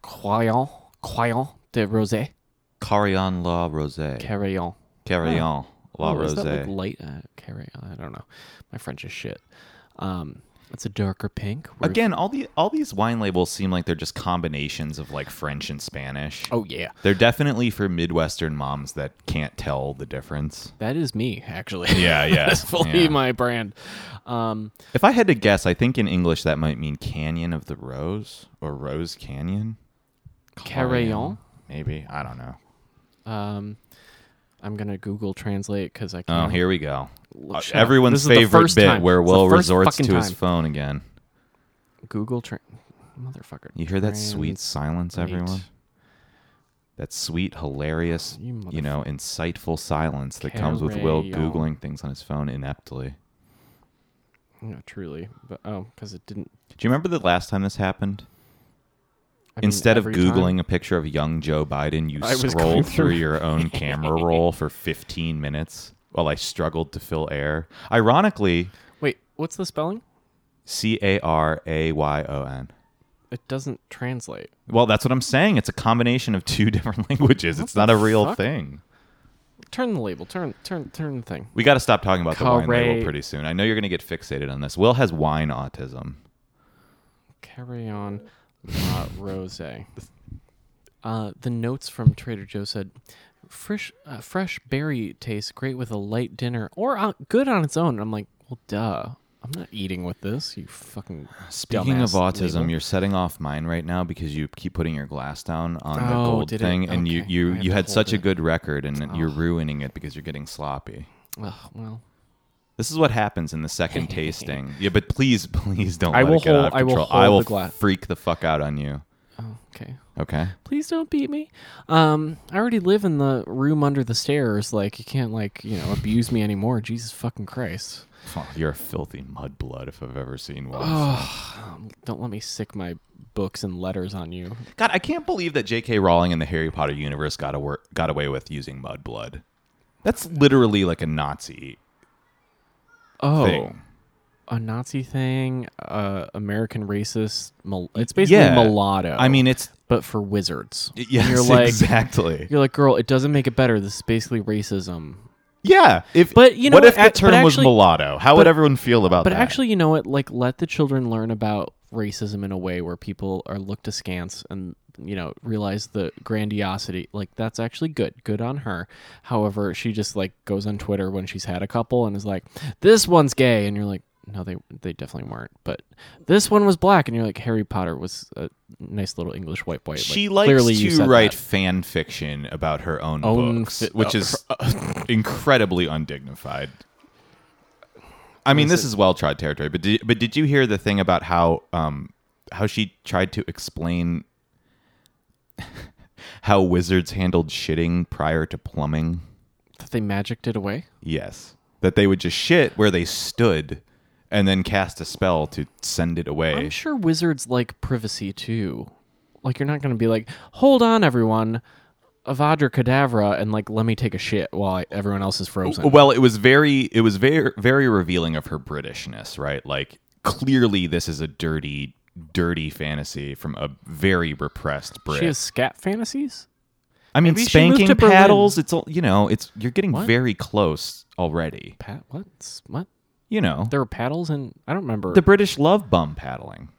Speaker 3: Crayon, crayon de rosé,
Speaker 2: Carillon la rosé.
Speaker 3: crayon.
Speaker 2: Carillon la
Speaker 3: Oh, is that,
Speaker 2: rosé.
Speaker 3: like, light uh, carry I don't know. My French is shit. Um, it's a darker pink. We're-
Speaker 2: Again, all the all these wine labels seem like they're just combinations of like French and Spanish.
Speaker 3: Oh yeah,
Speaker 2: They're definitely for Midwestern moms that can't tell the difference.
Speaker 3: that is me actually.
Speaker 2: Yeah, yeah.
Speaker 3: That's fully
Speaker 2: yeah.
Speaker 3: my brand. Um,
Speaker 2: If I had to guess, I think in English that might mean Canyon of the Rose or Rose Canyon. Oh,
Speaker 3: carillon.
Speaker 2: Maybe. I don't know.
Speaker 3: Um, I'm gonna Google translate because I
Speaker 2: Oh,
Speaker 3: can't.
Speaker 2: here we go.
Speaker 3: Look,
Speaker 2: Uh,
Speaker 3: shut up. This
Speaker 2: Everyone's
Speaker 3: is the
Speaker 2: favorite
Speaker 3: first
Speaker 2: bit
Speaker 3: time.
Speaker 2: where
Speaker 3: It's the
Speaker 2: Will
Speaker 3: first
Speaker 2: resorts to
Speaker 3: fucking
Speaker 2: his
Speaker 3: time.
Speaker 2: phone again.
Speaker 3: Google tra- motherfucker.
Speaker 2: You hear that sweet silence,
Speaker 3: Translate.
Speaker 2: everyone? That sweet, hilarious,
Speaker 3: You
Speaker 2: you, know, insightful silence that comes with Will
Speaker 3: Carry on.
Speaker 2: Googling things on his phone ineptly.
Speaker 3: No, truly, but oh, because it didn't.
Speaker 2: Do you remember the last time this happened?
Speaker 3: I mean,
Speaker 2: Instead of
Speaker 3: every time-
Speaker 2: Googling a picture of young Joe Biden, you
Speaker 3: I was
Speaker 2: scrolled
Speaker 3: going through-
Speaker 2: through your own camera roll for 15 minutes while I struggled to fill air. Ironically,
Speaker 3: Wait, what's the spelling?
Speaker 2: C A R A Y O N.
Speaker 3: It doesn't translate.
Speaker 2: Well, that's what I'm saying. It's a combination of two different languages. it's not a real
Speaker 3: fuck?
Speaker 2: thing.
Speaker 3: Turn the label. Turn, turn, turn the thing.
Speaker 2: We got to stop talking about the wine label
Speaker 3: Correct.
Speaker 2: pretty soon. I know you're going to get fixated on this. Will has wine autism.
Speaker 3: Carry on, La Rose. Uh, the notes from Trader Joe said, "Fresh, uh, fresh berry tastes great with a light dinner, or on, good on its own." I'm like, "Well, duh, I'm not eating with this." You fucking
Speaker 2: Speaking of
Speaker 3: dumbass
Speaker 2: autism,
Speaker 3: label."
Speaker 2: you're setting off mine right now because you keep putting your glass down on the
Speaker 3: Oh,
Speaker 2: gold
Speaker 3: did it?
Speaker 2: thing, and you
Speaker 3: Okay. I
Speaker 2: you
Speaker 3: have
Speaker 2: you
Speaker 3: to
Speaker 2: had
Speaker 3: hold
Speaker 2: such a
Speaker 3: it.
Speaker 2: good record, and you're ruining it because you're getting sloppy.
Speaker 3: Ugh, well,
Speaker 2: This is what happens in the second tasting. Yeah, but please, please don't.
Speaker 3: I
Speaker 2: let
Speaker 3: will
Speaker 2: it get out of
Speaker 3: hold- I will
Speaker 2: control.
Speaker 3: hold the glass.
Speaker 2: freak the fuck out on you.
Speaker 3: Oh, okay.
Speaker 2: Okay.
Speaker 3: Please don't beat me. Um, I already live in the room under the stairs. Like you can't like you know abuse me anymore. Jesus fucking Christ!
Speaker 2: Oh, you're a filthy mudblood if I've ever seen one.
Speaker 3: Don't let me sick my books and letters on you.
Speaker 2: God, I can't believe that J.K. Rowling in the Harry Potter universe got away, got away with using mudblood. That's literally like a Nazi
Speaker 3: Oh,
Speaker 2: thing.
Speaker 3: a Nazi thing. Uh, American racist. Mul- it's basically mulatto.
Speaker 2: I mean, it's
Speaker 3: but for wizards.
Speaker 2: yes,
Speaker 3: you're like
Speaker 2: exactly.
Speaker 3: you're like girl. It doesn't make it better. This is basically racism.
Speaker 2: Yeah. If
Speaker 3: But you know
Speaker 2: what
Speaker 3: what,
Speaker 2: if the
Speaker 3: act- but
Speaker 2: term was
Speaker 3: actually-
Speaker 2: mulatto? How would
Speaker 3: but-
Speaker 2: everyone feel about
Speaker 3: But
Speaker 2: that?
Speaker 3: actually, you know what? Like, let the children learn about racism in a way where people are looked askance and you know realize the grandiosity. Like, that's actually good. Good on her. However, she just like goes on Twitter when she's had a couple and is like, "This one's gay," and you're like, "No, they they definitely weren't." But this one was black, and you're like, "Harry Potter was a nice little English white boy." Like,
Speaker 2: she likes
Speaker 3: clearly you
Speaker 2: to
Speaker 3: said
Speaker 2: write
Speaker 3: that.
Speaker 2: fan fiction about her own,
Speaker 3: Own
Speaker 2: books,
Speaker 3: fi- uh,
Speaker 2: which is incredibly undignified. I mean, this is well trod territory. But did, but did you hear the thing about how um how she tried to explain how wizards handled shitting prior to plumbing?
Speaker 3: that they magicked it away.
Speaker 2: Yes, that they would just shit where they stood, and then cast a spell to send it away.
Speaker 3: I'm sure wizards like privacy too. Like you're not going to be like, hold on, everyone, Avada Kedavra, and like let me take a shit while I, everyone else is frozen.
Speaker 2: Well, it was very it was very very revealing of her Britishness, right? Like clearly this is a dirty dirty fantasy from a very repressed Brit.
Speaker 3: she has scat fantasies.
Speaker 2: I mean
Speaker 3: maybe she moved
Speaker 2: spanking
Speaker 3: to Berlin.
Speaker 2: paddles, it's all you know, it's you're getting
Speaker 3: What?
Speaker 2: very close already.
Speaker 3: Pat, what? S- What?
Speaker 2: You know.
Speaker 3: There were paddles, and I don't remember.
Speaker 2: The British love bum paddling.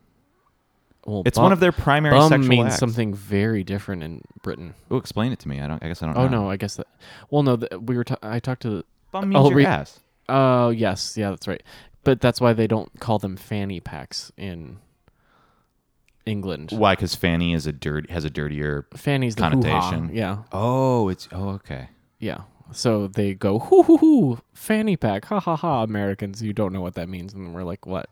Speaker 3: well,
Speaker 2: It's
Speaker 3: bum-
Speaker 2: one of their primary
Speaker 3: bum
Speaker 2: sexual
Speaker 3: means
Speaker 2: acts.
Speaker 3: something very different in Britain.
Speaker 2: Oh, explain it to me. I don't I guess I don't
Speaker 3: Oh
Speaker 2: know.
Speaker 3: no, I guess that. Well, no, th we were. Ta- I talked to. the
Speaker 2: Bum means
Speaker 3: I'll
Speaker 2: your
Speaker 3: re-
Speaker 2: ass.
Speaker 3: Oh yes, yeah, that's right. But that's why they don't call them fanny packs in England.
Speaker 2: Why? Because Fanny is a dirt has a dirtier
Speaker 3: Fanny's the hoo-ha,
Speaker 2: Connotation.
Speaker 3: Yeah.
Speaker 2: Oh, it's oh okay.
Speaker 3: Yeah. So they go, hoo hoo hoo, fanny pack, ha ha ha, Americans, you don't know what that means. And we're like, what?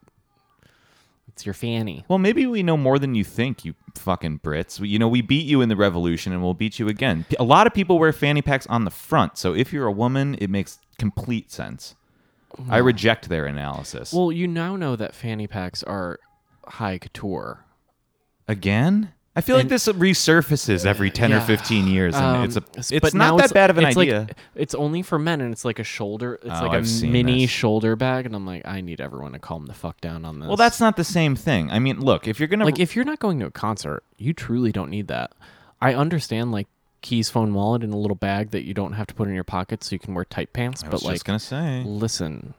Speaker 3: It's your fanny.
Speaker 2: Well, maybe we know more than you think, you fucking Brits. We, you know, we beat you in the revolution and we'll beat you again. P- A lot of people wear fanny packs on the front, so if you're a woman, it makes complete sense. I reject their analysis.
Speaker 3: Well, you now know that fanny packs are high couture.
Speaker 2: again? I feel like this resurfaces every 10 or
Speaker 3: Yeah.
Speaker 2: 15 years and
Speaker 3: Um,
Speaker 2: it's a
Speaker 3: s-
Speaker 2: it's
Speaker 3: but now
Speaker 2: not that bad of an
Speaker 3: it's like-
Speaker 2: idea.
Speaker 3: it's only for men, and it's like a shoulder. It's
Speaker 2: Oh,
Speaker 3: like
Speaker 2: I've
Speaker 3: a
Speaker 2: seen
Speaker 3: mini
Speaker 2: this.
Speaker 3: shoulder bag, and I'm like, I need everyone to calm the fuck down on this.
Speaker 2: well, that's not the same thing. I mean, look, if you're going to
Speaker 3: like if you're not going to a concert, you truly don't need that. I understand like keys, phone, wallet, and a little bag that you don't have to put in your pocket, so you can wear tight pants.
Speaker 2: I
Speaker 3: but
Speaker 2: was
Speaker 3: like,
Speaker 2: just going to say.
Speaker 3: listen,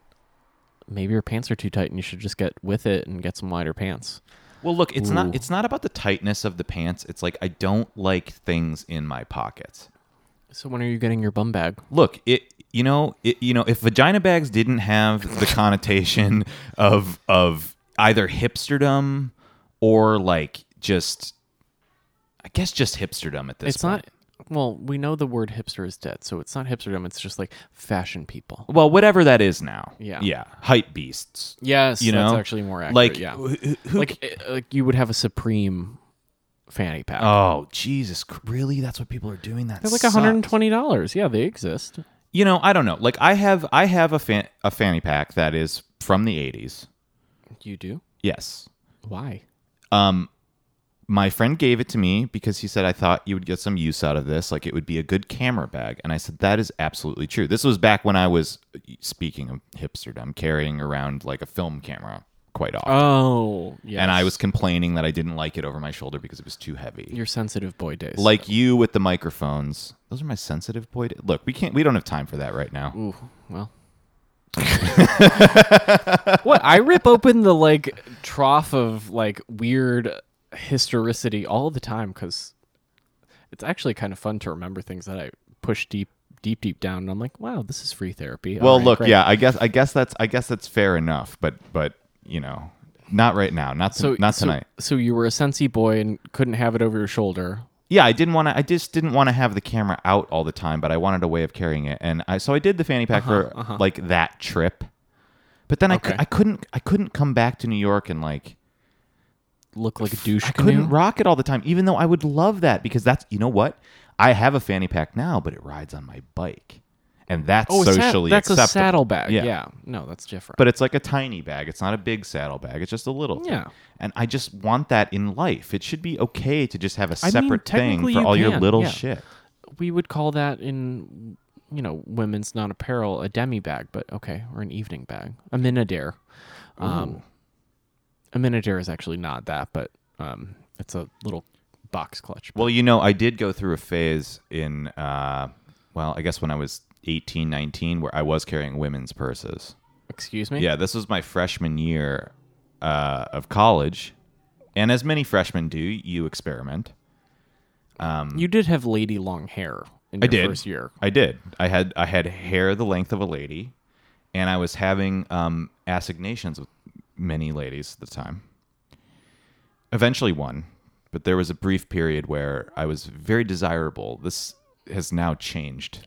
Speaker 3: maybe your pants are too tight and you should just get with it and get some wider pants.
Speaker 2: Well, look, it's
Speaker 3: Ooh.
Speaker 2: not it's not about the tightness of the pants. It's like I don't like things in my pockets.
Speaker 3: So when are you getting your bum bag?
Speaker 2: look it you know it, you know if vagina bags didn't have the connotation of of either hipsterdom or like just i guess just hipsterdom at this
Speaker 3: it's
Speaker 2: point
Speaker 3: not. Well, we know the word hipster is dead, so it's not hipsterdom. It's just like fashion people.
Speaker 2: well whatever that is now
Speaker 3: Yeah.
Speaker 2: yeah hype beasts
Speaker 3: Yes,
Speaker 2: you know
Speaker 3: that's actually more accurate.
Speaker 2: like
Speaker 3: yeah,
Speaker 2: wh- wh- who
Speaker 3: like uh, like you would have a supreme fanny pack.
Speaker 2: oh jesus cr- really that's what people are doing that
Speaker 3: They're like
Speaker 2: sucks.
Speaker 3: one hundred and twenty dollars. Yeah, they exist.
Speaker 2: you know i don't know like i have i have a fan a fanny pack that is from the 80s
Speaker 3: You do?
Speaker 2: yes
Speaker 3: Why?
Speaker 2: Um, my friend gave it to me because he said I thought you would get some use out of this, like it would be a good camera bag. And I said that is absolutely true. This was back when I was speaking of hipsterdom, carrying around like a film camera quite often,
Speaker 3: Oh, yeah.
Speaker 2: and I was complaining that I didn't like it over my shoulder because it was too heavy.
Speaker 3: your sensitive boy days.
Speaker 2: like you with the microphones. Those are my sensitive boy. Look, we can't. We don't have time for that right now.
Speaker 3: Ooh, well. what? I rip open the like trough of like weird historicity all the time because it's actually kind of fun to remember things that I push deep, deep, deep down. And I'm like, wow, this is free therapy. All
Speaker 2: Well,
Speaker 3: right,
Speaker 2: look,
Speaker 3: great.
Speaker 2: yeah, I guess I guess that's I guess that's fair enough. But but you know, not right now. Not to,
Speaker 3: So
Speaker 2: not
Speaker 3: so-
Speaker 2: tonight.
Speaker 3: So, you were a sensei boy and couldn't have it over your shoulder.
Speaker 2: yeah, I didn't want to. I just didn't want to have the camera out all the time, but I wanted a way of carrying it, and I so I did the fanny pack for like that trip, But then I,
Speaker 3: Uh-huh, Okay.
Speaker 2: cou- I couldn't I couldn't come back to New York and like
Speaker 3: Look like a douche
Speaker 2: I
Speaker 3: canoe.
Speaker 2: couldn't rock it all the time, even though I would love that because that's you know what I have a fanny pack now, but it rides on my bike, and that's
Speaker 3: oh, a sad-
Speaker 2: socially
Speaker 3: that's
Speaker 2: acceptable.
Speaker 3: a saddlebag.
Speaker 2: Yeah.
Speaker 3: Yeah. no, that's different.
Speaker 2: But it's like a tiny bag. It's not a big saddle bag. It's just a little. thing.
Speaker 3: Yeah.
Speaker 2: And I just want that in life. It should be okay to just have a
Speaker 3: I mean,
Speaker 2: separate thing
Speaker 3: technically
Speaker 2: for
Speaker 3: you
Speaker 2: all your
Speaker 3: can,
Speaker 2: little
Speaker 3: yeah.
Speaker 2: shit.
Speaker 3: we would call that in you know women's non-apparel a demi bag but okay or an evening bag a minidare um a minidare is actually not that but um it's a little box clutch
Speaker 2: Well, you know, I did go through a phase in, uh, well, I guess when I was 18, 19, where I was carrying women's purses.
Speaker 3: excuse me
Speaker 2: Yeah, this was my freshman year uh, of college. And as many freshmen do, you experiment.
Speaker 3: you did have lady long hair in
Speaker 2: I
Speaker 3: your
Speaker 2: did.
Speaker 3: first year
Speaker 2: I did. I had I had hair the length of a lady, and I was having um, assignations with many ladies at the time. Eventually, one, but there was a brief period where I was very desirable. This has now changed.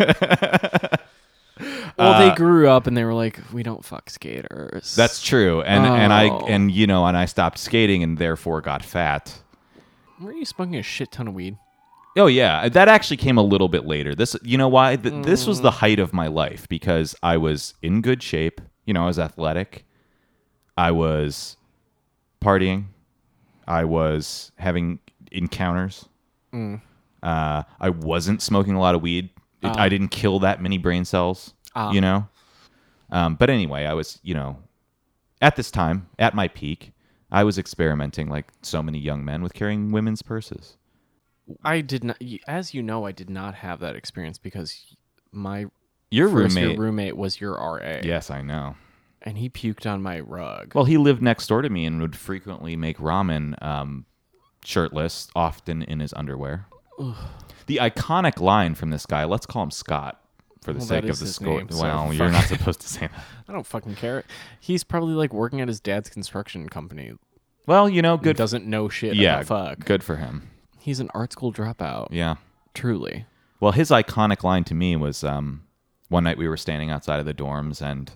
Speaker 2: Uh,
Speaker 3: well they grew up and they were like we don't fuck skaters
Speaker 2: That's true, and and I
Speaker 3: Oh.
Speaker 2: and you know, and I stopped skating, and therefore got fat.
Speaker 3: were you smoking a shit ton of weed
Speaker 2: Oh yeah, that actually came a little bit later. This, you know why? Th- This was the
Speaker 3: Mm.
Speaker 2: height of my life because I was in good shape. You know, I was athletic. I was partying. I was having encounters.
Speaker 3: Mm.
Speaker 2: Uh, I wasn't smoking a lot of weed. It,
Speaker 3: Ah.
Speaker 2: I didn't kill that many brain cells. You know. Um, but anyway, I was, you know, at this time, at my peak, I was experimenting like so many young men with carrying women's purses.
Speaker 3: i did not y- as you know i did not have that experience because my
Speaker 2: Your
Speaker 3: first year
Speaker 2: roommate,
Speaker 3: roommate was your ra
Speaker 2: Yes, I know.
Speaker 3: and he puked on my rug
Speaker 2: Well, he lived next door to me and would frequently make ramen um, shirtless, often in his underwear. The iconic line from this guy, let's call him Scott for the
Speaker 3: Well,
Speaker 2: sake
Speaker 3: that
Speaker 2: of
Speaker 3: is
Speaker 2: the
Speaker 3: his
Speaker 2: score.
Speaker 3: name, so
Speaker 2: well, you're
Speaker 3: fuck.
Speaker 2: not supposed to say that.
Speaker 3: I don't fucking care. He's probably like working at his dad's construction company.
Speaker 2: Well, you know,
Speaker 3: Good.
Speaker 2: good.
Speaker 3: Doesn't know shit.
Speaker 2: yeah,
Speaker 3: about fuck.
Speaker 2: good for him.
Speaker 3: He's an art school dropout.
Speaker 2: Yeah.
Speaker 3: Truly.
Speaker 2: Well, his iconic line to me was um, one night we were standing outside of the dorms, and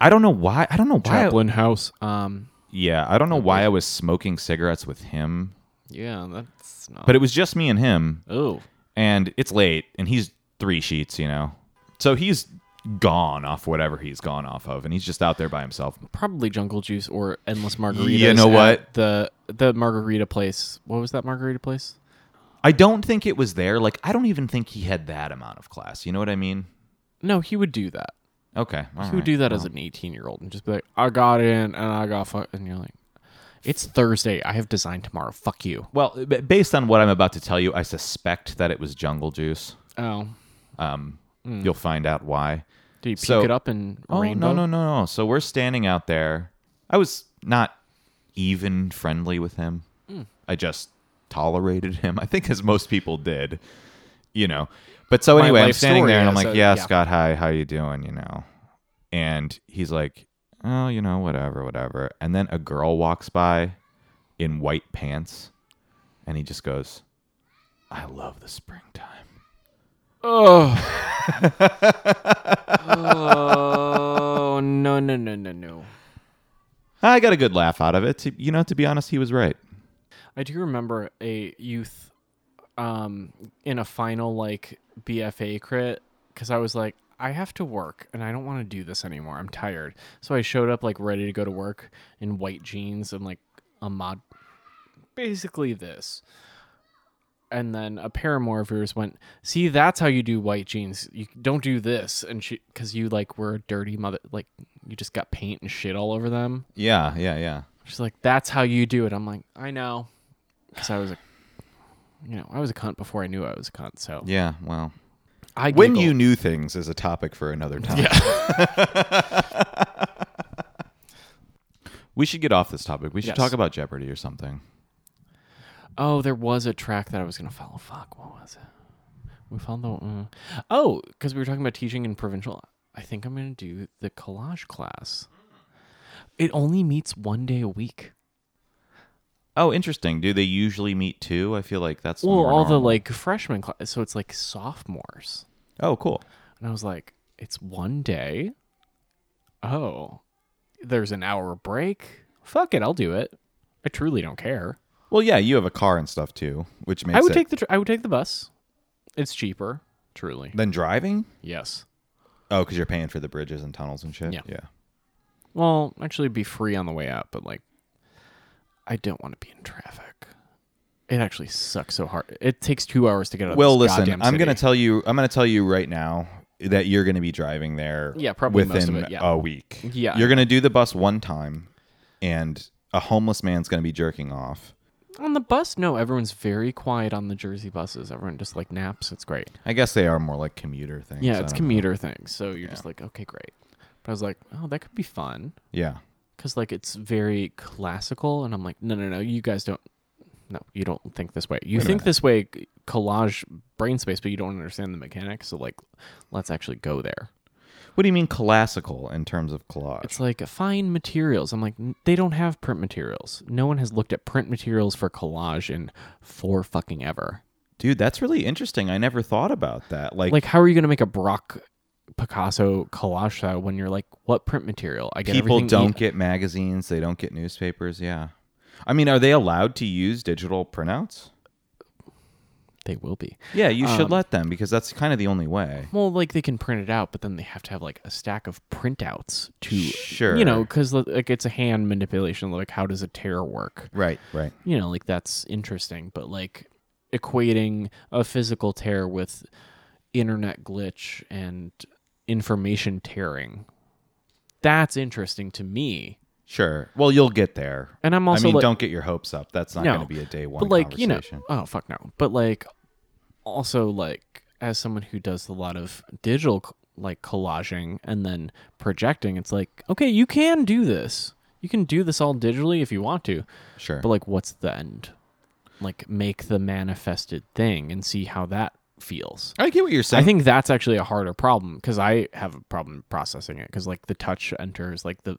Speaker 2: I don't know why. I don't know why.
Speaker 3: Chaplin House. Um.
Speaker 2: yeah, I don't know why I was smoking cigarettes with him,
Speaker 3: Yeah, that's not.
Speaker 2: but it was just me and him.
Speaker 3: oh,
Speaker 2: and it's late and he's three sheets you know so he's gone off whatever he's gone off of and he's just out there by himself
Speaker 3: probably Jungle Juice or Endless Margaritas.
Speaker 2: You know
Speaker 3: at
Speaker 2: what?
Speaker 3: The the margarita place. What was that margarita place?
Speaker 2: i don't think it was there like i don't even think he had that amount of class you know what i mean
Speaker 3: No, he would do that.
Speaker 2: okay all
Speaker 3: He would
Speaker 2: right.
Speaker 3: do that as an eighteen year old and just be like, I got in and I got fuck, and you're like, it's Thursday. I have design tomorrow. Fuck you.
Speaker 2: well b- based on what i'm about to tell you i suspect that it was jungle juice
Speaker 3: Oh,
Speaker 2: um you'll find out why
Speaker 3: did he puke
Speaker 2: So-
Speaker 3: it up in
Speaker 2: oh no
Speaker 3: rainbow?
Speaker 2: no no no so we're standing out there i was not even friendly with him
Speaker 3: Hmm.
Speaker 2: i just tolerated him i think as most people did you know but so
Speaker 3: My
Speaker 2: anyway i'm
Speaker 3: life
Speaker 2: standing
Speaker 3: story
Speaker 2: there and i'm
Speaker 3: is,
Speaker 2: like
Speaker 3: uh,
Speaker 2: yeah,
Speaker 3: yeah.
Speaker 2: scott hi how you doing you know and he's like oh you know whatever whatever and then a girl walks by in white pants and he just goes i love the springtime
Speaker 3: Oh. oh no no no no no!
Speaker 2: i got a good laugh out of it To- you know to be honest he was right
Speaker 3: I do remember a youth, um, in a final like BFA crit because I was like, I have to work and I don't want to do this anymore. I'm tired, so I showed up like ready to go to work in white jeans and like a mod, basically this. And then a paramour of yours went, see, that's how you do white jeans. You don't do this, and she, because you like were a dirty mother, like you just got paint and shit all over them.
Speaker 2: yeah yeah yeah
Speaker 3: She's like, "That's how you do it." I'm like, "I know," because I was a, you know, I was a cunt before I knew I was a cunt. So
Speaker 2: Yeah, well.
Speaker 3: I
Speaker 2: When
Speaker 3: giggle.
Speaker 2: you knew things is a topic for another time. we should get off this topic. We should
Speaker 3: Yes.
Speaker 2: talk about Jeopardy or something.
Speaker 3: oh, there was a track that I was gonna follow. Fuck, what was it? We found the uh, oh, because we were talking about teaching in provincial. I think I'm gonna do the collage class. It only meets one day a week.
Speaker 2: Oh, interesting. Do they usually meet too? I feel like that's
Speaker 3: Well,
Speaker 2: more
Speaker 3: all the
Speaker 2: normal.
Speaker 3: like freshman class, so it's like sophomores.
Speaker 2: Oh, cool.
Speaker 3: And I was like, it's one day. oh, there's an hour break. Fuck it, I'll do it. I truly don't care.
Speaker 2: Well, yeah, you have a car and stuff too, which makes
Speaker 3: I would
Speaker 2: it
Speaker 3: take the tr- I would take the bus. It's cheaper, truly.
Speaker 2: then driving.
Speaker 3: Yes.
Speaker 2: Oh, because you're paying for the bridges and tunnels and shit.
Speaker 3: Yeah.
Speaker 2: yeah.
Speaker 3: Well, actually, it'd be free on the way out, but like, I don't want to be in traffic. It actually sucks so hard. It takes two hours to get out. of
Speaker 2: Well,
Speaker 3: this
Speaker 2: listen,
Speaker 3: goddamn
Speaker 2: I'm gonna
Speaker 3: city.
Speaker 2: tell you, I'm gonna tell you right now that you're gonna be driving there.
Speaker 3: Yeah, probably most
Speaker 2: within
Speaker 3: of it, yeah.
Speaker 2: a week.
Speaker 3: Yeah.
Speaker 2: you're gonna do the bus one time, and a homeless man's gonna be jerking off.
Speaker 3: on the bus. No, everyone's very quiet on the Jersey buses. Everyone just like naps. It's great.
Speaker 2: I guess they are more like commuter things.
Speaker 3: Yeah,
Speaker 2: I
Speaker 3: it's
Speaker 2: don't know.
Speaker 3: commuter things. So you're just like, okay, great. But I was like, oh, that could be fun
Speaker 2: Yeah,
Speaker 3: because like it's very classical, and I'm like, no, no, no, you guys don't. No, you don't think this way. You think this way, c- collage brain space, but you don't understand the mechanics. So like, let's actually go there.
Speaker 2: what do you mean classical in terms of collage?
Speaker 3: It's like fine materials. I'm like, "N- they don't have print materials. No one has looked at print materials for collage in for fucking ever.
Speaker 2: Dude, that's really interesting. I never thought about that. Like,
Speaker 3: Like, how are you gonna make a Brock Picasso collage style when you're like, what print material? I get
Speaker 2: people
Speaker 3: everything
Speaker 2: don't
Speaker 3: e-
Speaker 2: get magazines, they don't get newspapers. Yeah, I mean, are they allowed to use digital printouts?
Speaker 3: They will be.
Speaker 2: Yeah, you
Speaker 3: Um,
Speaker 2: should let them because that's kind of the only way.
Speaker 3: Well, like they can print it out, but then they have to have like a stack of printouts to,
Speaker 2: Sure.
Speaker 3: you know, because like it's a hand manipulation. Like, how does a tear work?
Speaker 2: Right, right.
Speaker 3: you know, like that's interesting, but like equating a physical tear with internet glitch and information tearing. That's interesting to me.
Speaker 2: Sure. Well, you'll get there.
Speaker 3: And I'm also
Speaker 2: I mean,
Speaker 3: like-
Speaker 2: don't get your hopes up. That's not
Speaker 3: no,
Speaker 2: going to be a day one
Speaker 3: But like, you know,
Speaker 2: conversation.
Speaker 3: oh fuck no. But like also like as someone who does a lot of digital c- like collaging and then projecting, it's like, okay, you can do this. You can do this all digitally if you want to.
Speaker 2: Sure.
Speaker 3: But like, what's the end? Like, make the manifested thing and see how that feels.
Speaker 2: I get what you're saying.
Speaker 3: I think that's actually a harder problem because I have a problem processing it because like the touch enters like the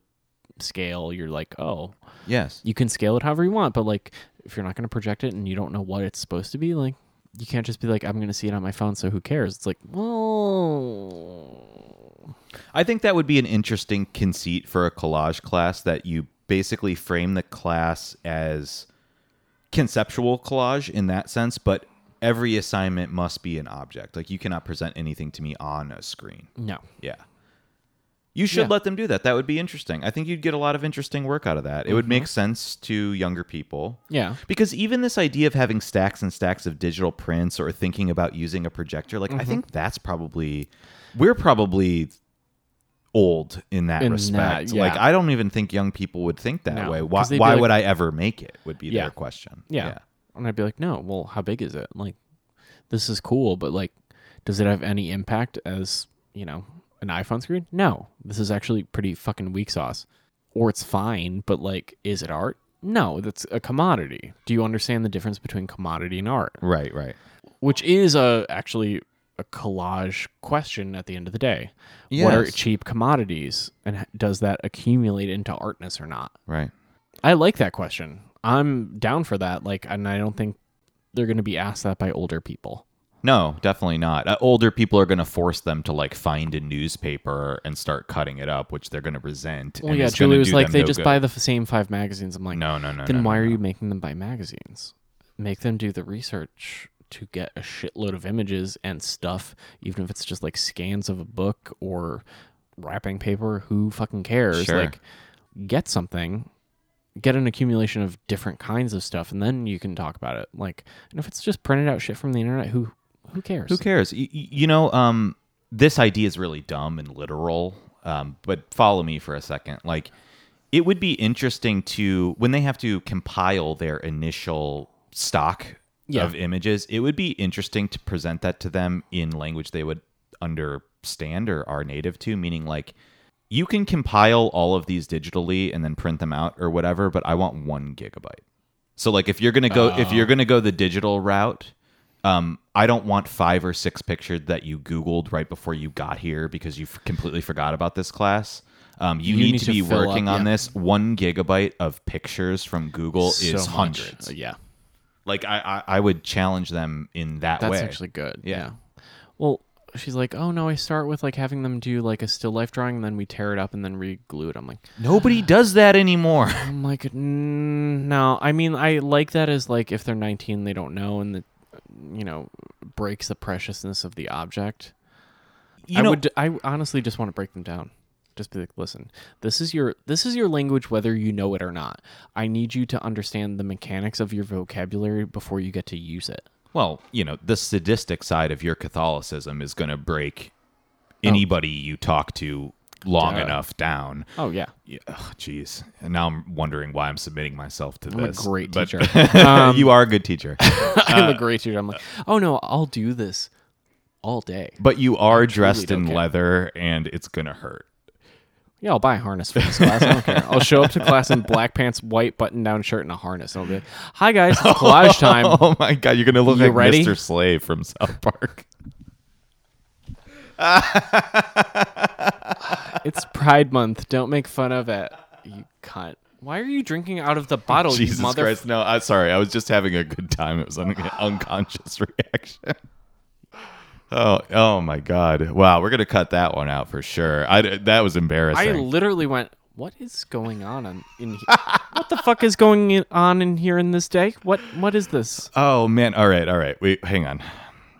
Speaker 3: scale. You're like, oh,
Speaker 2: yes.
Speaker 3: you can scale it however you want, but like if you're not going to project it and you don't know what it's supposed to be, like you can't just be like, I'm going to see it on my phone, so who cares? It's like, well,
Speaker 2: I think that would be an interesting conceit for a collage class that you basically frame the class as conceptual collage in that sense, but every assignment must be an object. Like you cannot present anything to me on a screen.
Speaker 3: no.
Speaker 2: Yeah. You should
Speaker 3: Yeah.
Speaker 2: let them do that. That would be interesting. I think you'd get a lot of interesting work out of that. It would make
Speaker 3: Mm-hmm.
Speaker 2: sense to younger people.
Speaker 3: Yeah.
Speaker 2: Because even this idea of having stacks and stacks of digital prints or thinking about using a projector, like I
Speaker 3: Mm-hmm.
Speaker 2: think that's probably we're probably old in that
Speaker 3: In that,
Speaker 2: respect. Like
Speaker 3: yeah.
Speaker 2: I don't even think young people would think that
Speaker 3: No,
Speaker 2: way. Why
Speaker 3: 'cause they'd be
Speaker 2: why
Speaker 3: like-
Speaker 2: would I ever make it would be
Speaker 3: Yeah.
Speaker 2: their question.
Speaker 3: Yeah. And I'd be like, no, well, how big is it? Like, this is cool, but like, does it have any impact as, you know, an iPhone screen? No. This is actually pretty fucking weak sauce. Or it's fine, but like, is it art? No, that's a commodity. Do you understand the difference between commodity and art?
Speaker 2: Right, right.
Speaker 3: Which is a actually a collage question at the end of the day. What are
Speaker 2: Yes.
Speaker 3: cheap commodities and h- does that accumulate into artness or not?
Speaker 2: Right.
Speaker 3: I like that question. I'm down for that. Like, and I don't think they're going to be asked that by older people.
Speaker 2: No, definitely not. Uh, older people are going to force them to like find a newspaper and start cutting it up, which they're going to resent.
Speaker 3: Well,
Speaker 2: and
Speaker 3: Oh, yeah,
Speaker 2: it's gonna
Speaker 3: Julie was
Speaker 2: do
Speaker 3: like,
Speaker 2: them
Speaker 3: they
Speaker 2: no
Speaker 3: just
Speaker 2: good.
Speaker 3: buy the f- same five magazines. I'm like,
Speaker 2: No, no, no.
Speaker 3: Then
Speaker 2: no,
Speaker 3: why
Speaker 2: no,
Speaker 3: are
Speaker 2: no.
Speaker 3: you making them buy magazines? Make them do the research to get a shitload of images and stuff, even if it's just like scans of a book or wrapping paper. Who fucking cares?
Speaker 2: Sure.
Speaker 3: Like, get something, get an accumulation of different kinds of stuff, and then you can talk about it. Like, and if it's just printed out shit from the internet, who who cares?
Speaker 2: Who cares? Y- y- you know, um, this idea is really dumb and literal. Um, but follow me for a second. Like, it would be interesting to when they have to compile their initial stock
Speaker 3: Yeah.
Speaker 2: of images. It would be interesting to present that to them in language they would understand or are native to. Meaning, like, you can compile all of these digitally and then print them out or whatever. But I want one gigabyte. So like if you're gonna go if
Speaker 3: Oh.
Speaker 2: you're gonna go the digital route, um, I don't want five or six pictures that you Googled right before you got here because you f- completely forgot about this class. Um, you, need, to, be
Speaker 3: fill up-
Speaker 2: working on
Speaker 3: yeah.
Speaker 2: this. One gigabyte of pictures from Google
Speaker 3: So
Speaker 2: is
Speaker 3: much.
Speaker 2: hundreds.
Speaker 3: Yeah.
Speaker 2: Like I, I, I would challenge them in that
Speaker 3: That's
Speaker 2: way.
Speaker 3: actually good.
Speaker 2: Yeah.
Speaker 3: Well, she's like, "Oh no, I start with like having them do like a still life drawing, and then we tear it up and then re-glue it." I'm like,
Speaker 2: Nobody does that anymore.
Speaker 3: I'm like, mm, no. I mean, I like that as like if they're 19, they don't know, and the you know breaks the preciousness of the object.
Speaker 2: You
Speaker 3: I
Speaker 2: know,
Speaker 3: would. I honestly just want to break them down. Just be like, listen, this is your this is your language, whether you know it or not. I need you to understand the mechanics of your vocabulary before you get to use it.
Speaker 2: well, you know, the sadistic side of your Catholicism is going to break anybody you talk to long
Speaker 3: Duh.
Speaker 2: enough down.
Speaker 3: Oh yeah,
Speaker 2: Yeah, ugh, jeez. And now I'm wondering why I'm submitting myself to
Speaker 3: I'm
Speaker 2: this.
Speaker 3: a great
Speaker 2: but-
Speaker 3: teacher. Um,
Speaker 2: you are a good teacher. Uh,
Speaker 3: I'm a great teacher. I'm like, oh no, I'll do this all day.
Speaker 2: But you are dressed
Speaker 3: don't
Speaker 2: in
Speaker 3: care.
Speaker 2: leather and it's going to hurt.
Speaker 3: Yeah, I'll buy a harness for this class. I don't care. I'll show up to class in black pants, white button-down shirt, and a harness. And I'll be like, "Hi guys, it's collage time."
Speaker 2: Oh my God, you're going to look
Speaker 3: You
Speaker 2: like
Speaker 3: ready?
Speaker 2: Mr. Slave from South Park.
Speaker 3: It's Pride Month. Don't make fun of it, you cunt. Why are you drinking out of the bottle,
Speaker 2: Jesus
Speaker 3: Oh, you mother?
Speaker 2: Christ. No, I, sorry. I was just having a good time. It was an unconscious reaction. Oh, oh my God! Wow, we're gonna cut that one out for sure. I, that was
Speaker 3: I
Speaker 2: embarrassing.
Speaker 3: literally went. What is going on in, in here? what the fuck is going in, on in here in this day? What what is this?
Speaker 2: oh man! All right, all right. Wait, hang on.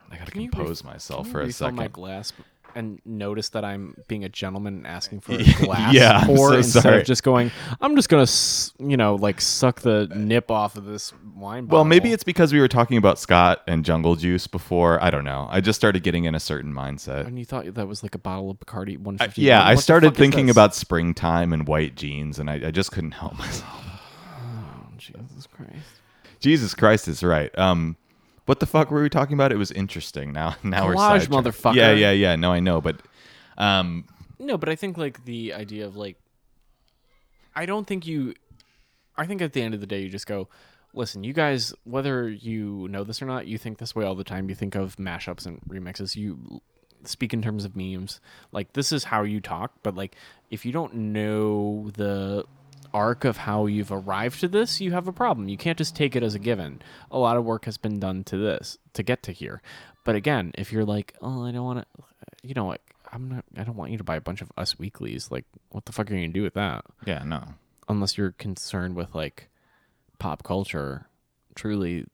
Speaker 2: I gotta
Speaker 3: you
Speaker 2: compose
Speaker 3: ref-
Speaker 2: myself
Speaker 3: Can
Speaker 2: for
Speaker 3: you
Speaker 2: a
Speaker 3: refill
Speaker 2: second.
Speaker 3: my glass and notice that I'm being a gentleman and asking for a glass
Speaker 2: Yeah, I'm
Speaker 3: pour
Speaker 2: so
Speaker 3: instead
Speaker 2: sorry.
Speaker 3: of just going. I'm just gonna, s- you know, like suck the nip off of this wine.
Speaker 2: Well,
Speaker 3: bottle.
Speaker 2: maybe it's because we were talking about Scott and Jungle Juice before. I don't know. I just started getting in a certain mindset.
Speaker 3: And you thought that was like a bottle of Bacardi 150.
Speaker 2: yeah,
Speaker 3: What
Speaker 2: I
Speaker 3: the
Speaker 2: started
Speaker 3: fuck is
Speaker 2: thinking
Speaker 3: this?
Speaker 2: about springtime and white jeans, and I, I just couldn't help myself.
Speaker 3: Jesus Christ.
Speaker 2: Jesus Christ is right. Um, what the fuck were we talking about? It was interesting. Now, now we're
Speaker 3: Collage,
Speaker 2: sidetracked.
Speaker 3: motherfucker.
Speaker 2: Yeah, yeah, yeah. No, I know, but um,
Speaker 3: No, but I think like the idea of like, I don't think you. I think at the end of the day, you just go, listen, you guys, whether you know this or not, you think this way all the time. You think of mashups and remixes. You l- speak in terms of memes. Like this is how you talk. But like, if you don't know the arc of how you've arrived to this, you have a problem. You can't just take it as a given. A lot of work has been done to this to get to here. But again, if you're like, oh, I don't want to, you know what? I'm not. I don't want you to buy a bunch of Us Weeklies. Like, what the fuck are you gonna do with that?
Speaker 2: yeah, no.
Speaker 3: Unless you're concerned with like pop culture. Truly,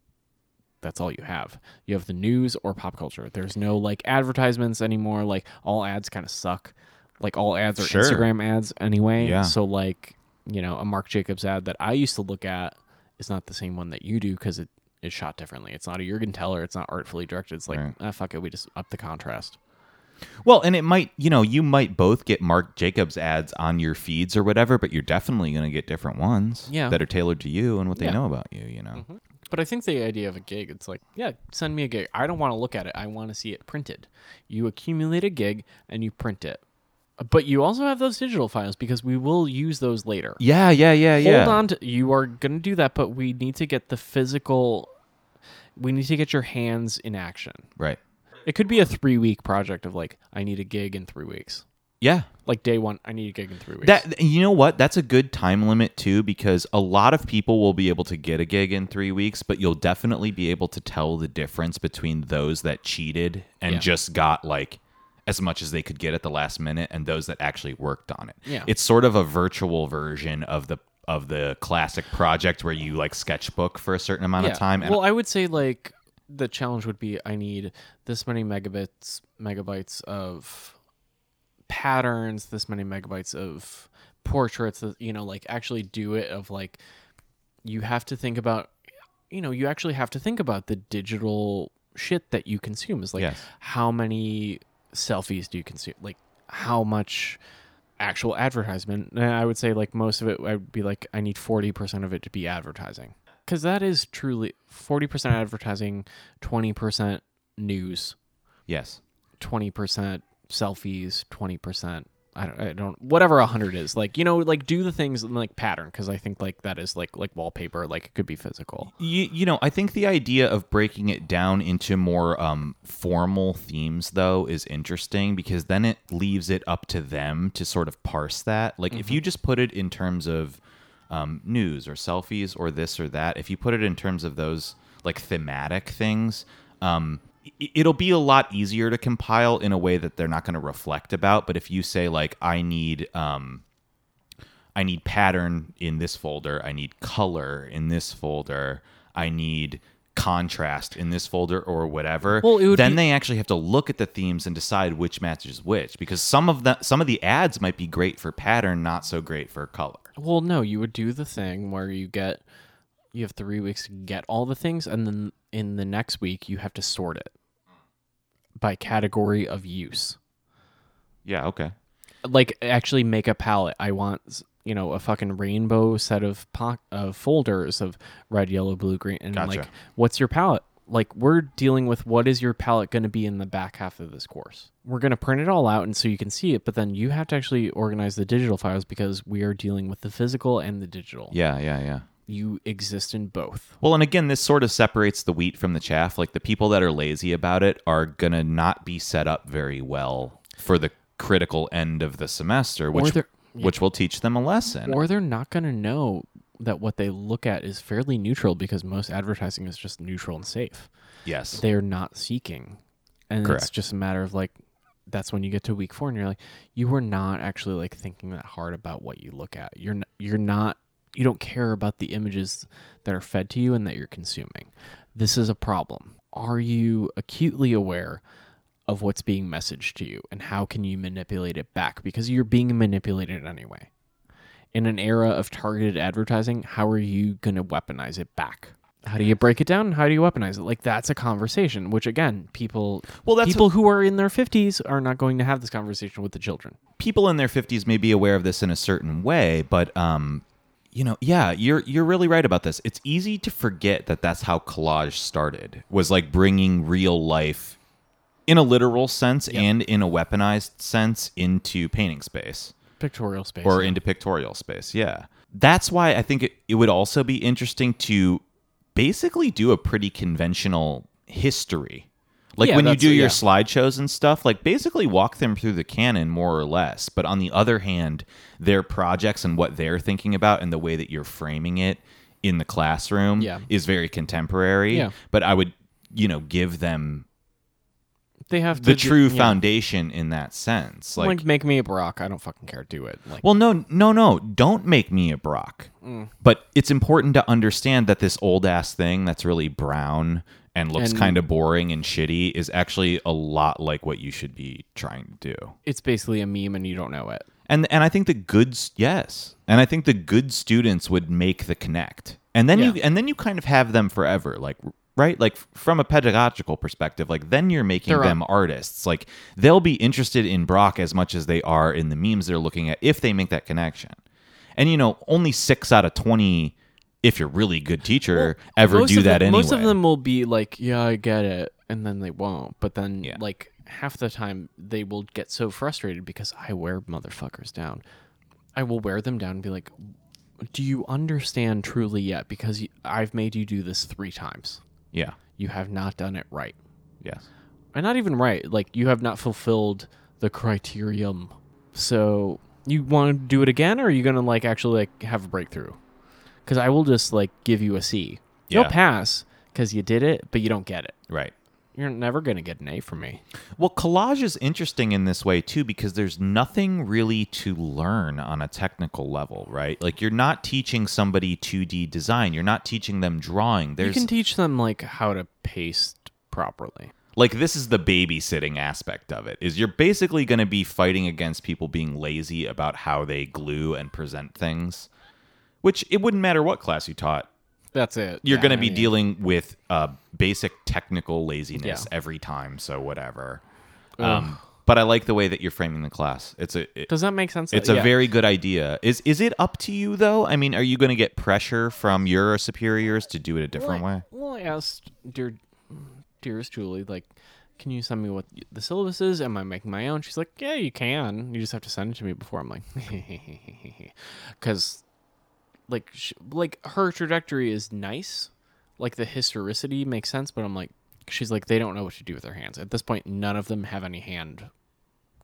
Speaker 3: that's all you have. You have the news or pop culture. There's no like advertisements anymore. Like all ads kind of suck. Like all ads are
Speaker 2: Sure.
Speaker 3: Instagram ads anyway.
Speaker 2: Yeah.
Speaker 3: So like you know a Marc Jacobs ad that I used to look at is not the same one that you do because it is shot differently. It's not a Jurgen Teller. It's not artfully directed. It's like
Speaker 2: Right.
Speaker 3: ah fuck it. We just up the contrast.
Speaker 2: Well, and it might, you know, you might both get Mark Jacobs ads on your feeds or whatever, but you're definitely going to get different ones
Speaker 3: Yeah.
Speaker 2: that are tailored to you and what they
Speaker 3: Yeah. Mm-hmm.
Speaker 2: know about you, you know.
Speaker 3: But I think the idea of a gig, it's like, yeah, send me a gig. I don't want to look at it. I want to see it printed. You accumulate a gig and you print it. But you also have those digital files because we will use those later.
Speaker 2: Yeah, yeah, yeah, yeah.
Speaker 3: Hold on to you are gonna do that, but we need to get the physical we need to get your hands in action.
Speaker 2: Right.
Speaker 3: It could be a three week project of like, I need a gig in three weeks.
Speaker 2: Yeah.
Speaker 3: Like day one, I need a gig in three weeks.
Speaker 2: That you know what? That's a good time limit too because a lot of people will be able to get a gig in 3 weeks, but you'll definitely be able to tell the difference between those that cheated and
Speaker 3: Yeah.
Speaker 2: just got like as much as they could get at the last minute and those that actually worked on it.
Speaker 3: Yeah.
Speaker 2: It's sort of a virtual version of the of the classic project where you like sketchbook for a certain amount of time and
Speaker 3: well, I would say like the challenge would be I need this many megabits megabytes of patterns, this many megabytes of portraits, you know, like actually do it of like you have to think about you know, you actually have to think about the digital shit that you consume is like
Speaker 2: Yes.
Speaker 3: how many selfies do you consume? Like how much actual advertisement? And I would say like most of it I would be like I need 40% of it to be advertising. Cuz that is truly 40% advertising, 20% news,
Speaker 2: yes.
Speaker 3: 20% selfies, 20% I don't, I don't whatever a hundred is like you know like do the things in like pattern because i think like that is like like wallpaper like it could be physical
Speaker 2: You, you know, I think the idea of breaking it down into more um, formal themes, though, is interesting because then it leaves it up to them to sort of parse that. Like, if you just put it in terms of um, news or selfies or this or that, if you put it in terms of those like thematic things, um, i- it'll be a lot easier to compile in a way that they're not going to reflect about but if you say like i need um i need pattern in this folder i need color in this folder i need contrast in this folder or whatever
Speaker 3: Well, it would
Speaker 2: then
Speaker 3: be-
Speaker 2: they actually have to look at the themes and decide which matches which because some of the some of the ads might be great for pattern not so great for color
Speaker 3: Well, no, you would do the thing where you get you have three weeks to get all the things, and then in the next week you have to sort it by category of use.
Speaker 2: yeah okay
Speaker 3: Like actually make a palette. I want you know a fucking rainbow set of po- of folders of red, yellow, blue, green, and
Speaker 2: Gotcha.
Speaker 3: like what's your palette? Like we're dealing with what is your palette going to be in the back half of this course. We're going to print it all out and so you can see it, but then you have to actually organize the digital files because we are dealing with the physical and the digital
Speaker 2: yeah yeah yeah
Speaker 3: you exist in both.
Speaker 2: Well, and again, this sort of separates the wheat from the chaff. Like the people that are lazy about it are going to not be set up very well for the critical end of the semester, which
Speaker 3: they're-
Speaker 2: which will teach them a lesson.
Speaker 3: Or they're not going to know that what they look at is fairly neutral because most advertising is just neutral and safe.
Speaker 2: yes.
Speaker 3: They're not seeking. And it's
Speaker 2: Correct.
Speaker 3: just a matter of like, that's when you get to week four and you're like, you were not actually like thinking that hard about what you look at. You're, n- you're not, you don't care about the images that are fed to you and that you're consuming. This is a problem. Are you acutely aware of what's being messaged to you and how can you manipulate it back because you're being manipulated anyway in an era of targeted advertising how are you going to weaponize it back how do you break it down and how do you weaponize it like that's a conversation which again people
Speaker 2: Well, that's
Speaker 3: people who are in their 50s are not going to have this conversation with the children
Speaker 2: people in their 50s may be aware of this in a certain way but um you know yeah you're you're really right about this it's easy to forget that that's how collage started was like bringing real life in a literal sense and in a weaponized sense into painting space
Speaker 3: pictorial space
Speaker 2: or into pictorial space. Yeah. That's why I think it, it would also be interesting to basically do a pretty conventional history. Like
Speaker 3: Yeah,
Speaker 2: when you
Speaker 3: that's-
Speaker 2: do your
Speaker 3: yeah.
Speaker 2: slideshows and stuff, like basically walk them through the canon more or less. But on the other hand, their projects and what they're thinking about and the way that you're framing it in the classroom
Speaker 3: Yeah.
Speaker 2: is very contemporary.
Speaker 3: Yeah.
Speaker 2: But I would, you know, give them
Speaker 3: they have to
Speaker 2: the
Speaker 3: do-
Speaker 2: true
Speaker 3: yeah.
Speaker 2: foundation in that sense.
Speaker 3: like, make me a Barack I don't fucking care do it like Mm.
Speaker 2: Well, no, no, no. Don't make me a Brock. But it's important to understand that this old ass thing that's really brown and looks
Speaker 3: And-
Speaker 2: kind of boring and shitty is actually a lot like what you should be trying to do.
Speaker 3: it's basically a meme and you don't know it
Speaker 2: And and I think the good s- yes, and I think the good students would make the connect, and then you
Speaker 3: Yeah.
Speaker 2: and then you kind of have them forever, like right, like from a pedagogical perspective, like then you're making
Speaker 3: They're
Speaker 2: them artists. Like they'll be interested in Brock as much as they are in the memes they're looking at if they make that connection. And you know, only six out of twenty, if you're really good teacher, ever
Speaker 3: most
Speaker 2: do
Speaker 3: of
Speaker 2: that
Speaker 3: them-
Speaker 2: anyway.
Speaker 3: Most of them will be like, "Yeah, I get it," and then they won't. But then, like half the time, they will get so frustrated because I wear motherfuckers down. I will wear them down and be like, "Do you understand truly yet?" Because y- I've made you do this three times.
Speaker 2: yeah,
Speaker 3: You have not done it right,
Speaker 2: yes,
Speaker 3: and not even right. Like you have not fulfilled the criterium. So you want to do it again, or are you gonna like actually like have a breakthrough? Because I will just like give you a C.
Speaker 2: Yeah.
Speaker 3: You'll pass because you did it, but you don't get it.
Speaker 2: right.
Speaker 3: You're never gonna get an A from me.
Speaker 2: Well, collage is interesting in this way too because there's nothing really to learn on a technical level, right? Like you're not teaching somebody 2D design, you're not teaching them drawing. There's
Speaker 3: you can teach them like how to paste properly.
Speaker 2: like this is the babysitting aspect of it. Is you're basically going to be fighting against people being lazy about how they glue and present things, which it wouldn't matter what class you taught.
Speaker 3: That's it.
Speaker 2: You're
Speaker 3: Yeah,
Speaker 2: going to
Speaker 3: I
Speaker 2: be
Speaker 3: mean,
Speaker 2: dealing with uh, basic technical laziness
Speaker 3: Yeah.
Speaker 2: every time, so whatever. Um, but I like the way that you're framing the class. It's a it-
Speaker 3: Does that make sense?
Speaker 2: It's a
Speaker 3: Uh, Yeah.
Speaker 2: very good idea. Is is it up to you though? I mean, are you going to get pressure from your superiors to do it a different
Speaker 3: well, I-
Speaker 2: way?
Speaker 3: Well, I asked, dear, dearest Julie, like, can you send me what the syllabus is? Am I making my own? She's like, yeah, you can. You just have to send it to me before. I'm like, because, like, sh like her trajectory is nice. Like the historicity makes sense, but I'm like, she's like, they don't know what to do with their hands at this point. None of them have any hand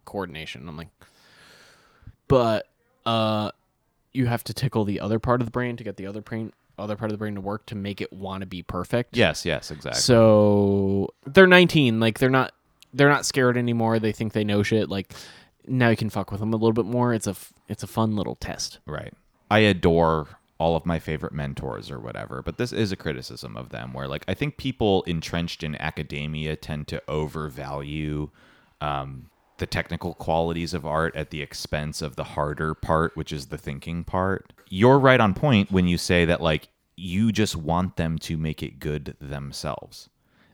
Speaker 3: coordination. I'm like, but uh, you have to tickle the other part of the brain to get the other brain other part of the brain to work to make it want to be perfect.
Speaker 2: Yes, yes, exactly.
Speaker 3: So they're 19. Like they're not they're not scared anymore. They think they know shit. Like now you can fuck with them a little bit more. It's a f- it's a fun little test.
Speaker 2: Right. I adore all of my favorite mentors or whatever, but this is a criticism of them where, like, I think people entrenched in academia tend to overvalue um, the technical qualities of art at the expense of the harder part, which is the thinking part. You're right on point when you say that, like, you just want them to make it good themselves.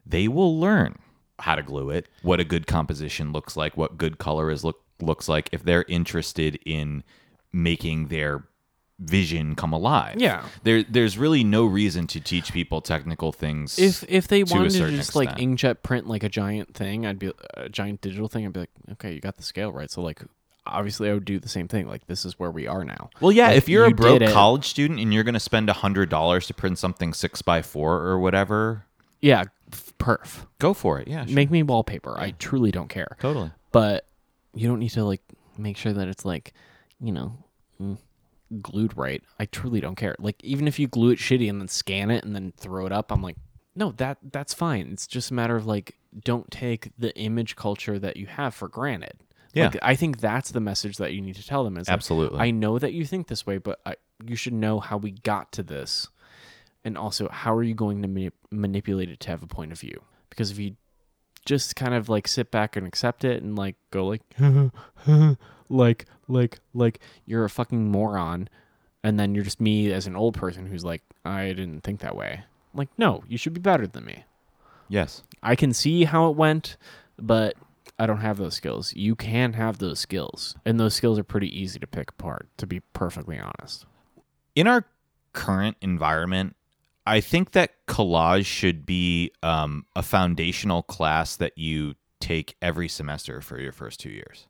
Speaker 2: They will learn how to glue it, what a good composition looks like, what good color is look looks like if they're interested in making their vision come alive.
Speaker 3: Yeah.
Speaker 2: There there's really no reason to teach people technical things.
Speaker 3: If if they
Speaker 2: To a
Speaker 3: wanted to
Speaker 2: certain
Speaker 3: just like
Speaker 2: extent.
Speaker 3: inkjet print like a giant thing, I'd be a giant digital thing. I'd be like, okay, you got the scale right. So like obviously I would do the same thing. Like this is where we are now.
Speaker 2: well, yeah,
Speaker 3: Like,
Speaker 2: if you're
Speaker 3: you
Speaker 2: a
Speaker 3: did
Speaker 2: broke
Speaker 3: it.
Speaker 2: college student and you're going to spend $100 to print something 6 by 4 or whatever,
Speaker 3: yeah, f- perf.
Speaker 2: go for it. Yeah. sure.
Speaker 3: Make me wallpaper. I truly don't care.
Speaker 2: Totally.
Speaker 3: but you don't need to like make sure that it's like you know mm, glued right i truly don't care like even if you glue it shitty and then scan it and then throw it up i'm like no that that's fine it's just a matter of like don't take the image culture that you have for granted
Speaker 2: Yeah.
Speaker 3: like, i think that's the message that you need to tell them is like,
Speaker 2: Absolutely.
Speaker 3: i know that you think this way but I, you should know how we got to this and also how are you going to manip- manipulate it to have a point of view because if you just kind of like sit back and accept it and like go like like like like you're a fucking moron and then you're just me as an old person who's like I didn't think that way. Like no, you should be better than me.
Speaker 2: Yes.
Speaker 3: I can see how it went, but I don't have those skills. You can have those skills. And those skills are pretty easy to pick apart to be perfectly honest.
Speaker 2: in our current environment, I think that collage should be um, a foundational class that you take every semester for your first two years.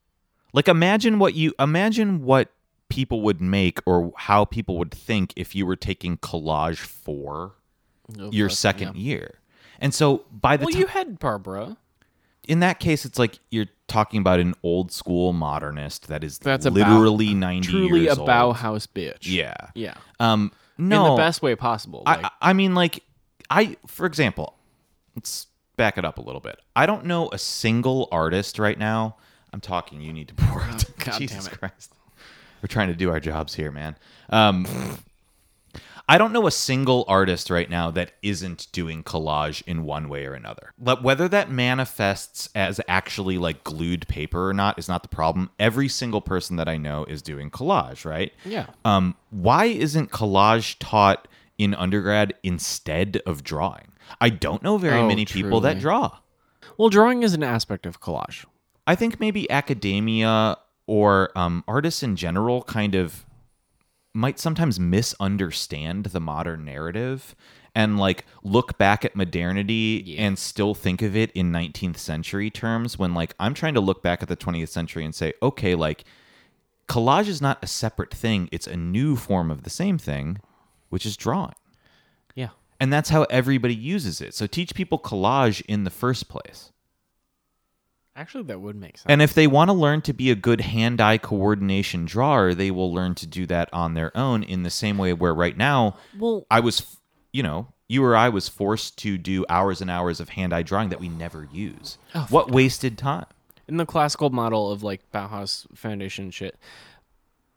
Speaker 2: Like, imagine what you imagine what people would make or how people would think if you were taking collage for your second year. And so by the
Speaker 3: Well,
Speaker 2: time
Speaker 3: you had Barbara.
Speaker 2: in that case, it's like you're talking about an old school modernist that is
Speaker 3: That's about-
Speaker 2: literally ninety
Speaker 3: Truly
Speaker 2: years
Speaker 3: a
Speaker 2: old.
Speaker 3: Bauhaus bitch.
Speaker 2: Yeah.
Speaker 3: Yeah.
Speaker 2: Um. No.
Speaker 3: In the best way possible.
Speaker 2: I,
Speaker 3: like-
Speaker 2: I I mean, like, I, for example, let's back it up a little bit. I don't know a single artist right now. I'm talking, you need to pour it.
Speaker 3: Oh, God
Speaker 2: Jesus
Speaker 3: damn it.
Speaker 2: Christ. We're trying to do our jobs here, man. Um, I don't know a single artist right now that isn't doing collage in one way or another. But whether that manifests as actually like glued paper or not is not the problem. Every single person that I know is doing collage, right?
Speaker 3: Yeah.
Speaker 2: Um, why isn't collage taught in undergrad instead of drawing? I don't know very
Speaker 3: Oh,
Speaker 2: many people that
Speaker 3: truly.
Speaker 2: draw.
Speaker 3: Well, drawing is an aspect of collage.
Speaker 2: I think maybe academia or um, artists in general kind of might sometimes misunderstand the modern narrative and like look back at modernity and still think of it in 19th century terms when like I'm trying to look back at the 20th century and say okay like collage is not a separate thing it's a new form of the same thing which is drawing
Speaker 3: Yeah.
Speaker 2: and that's how everybody uses it so teach people collage in the first place
Speaker 3: Actually, that would make sense.
Speaker 2: And if they want to learn to be a good hand eye coordination drawer, they will learn to do that on their own in the same way where right now
Speaker 3: well,
Speaker 2: I was, you know, you or I was forced to do hours and hours of hand eye drawing that we never use.
Speaker 3: Oh,
Speaker 2: what wasted time?
Speaker 3: in the classical model of like Bauhaus foundation shit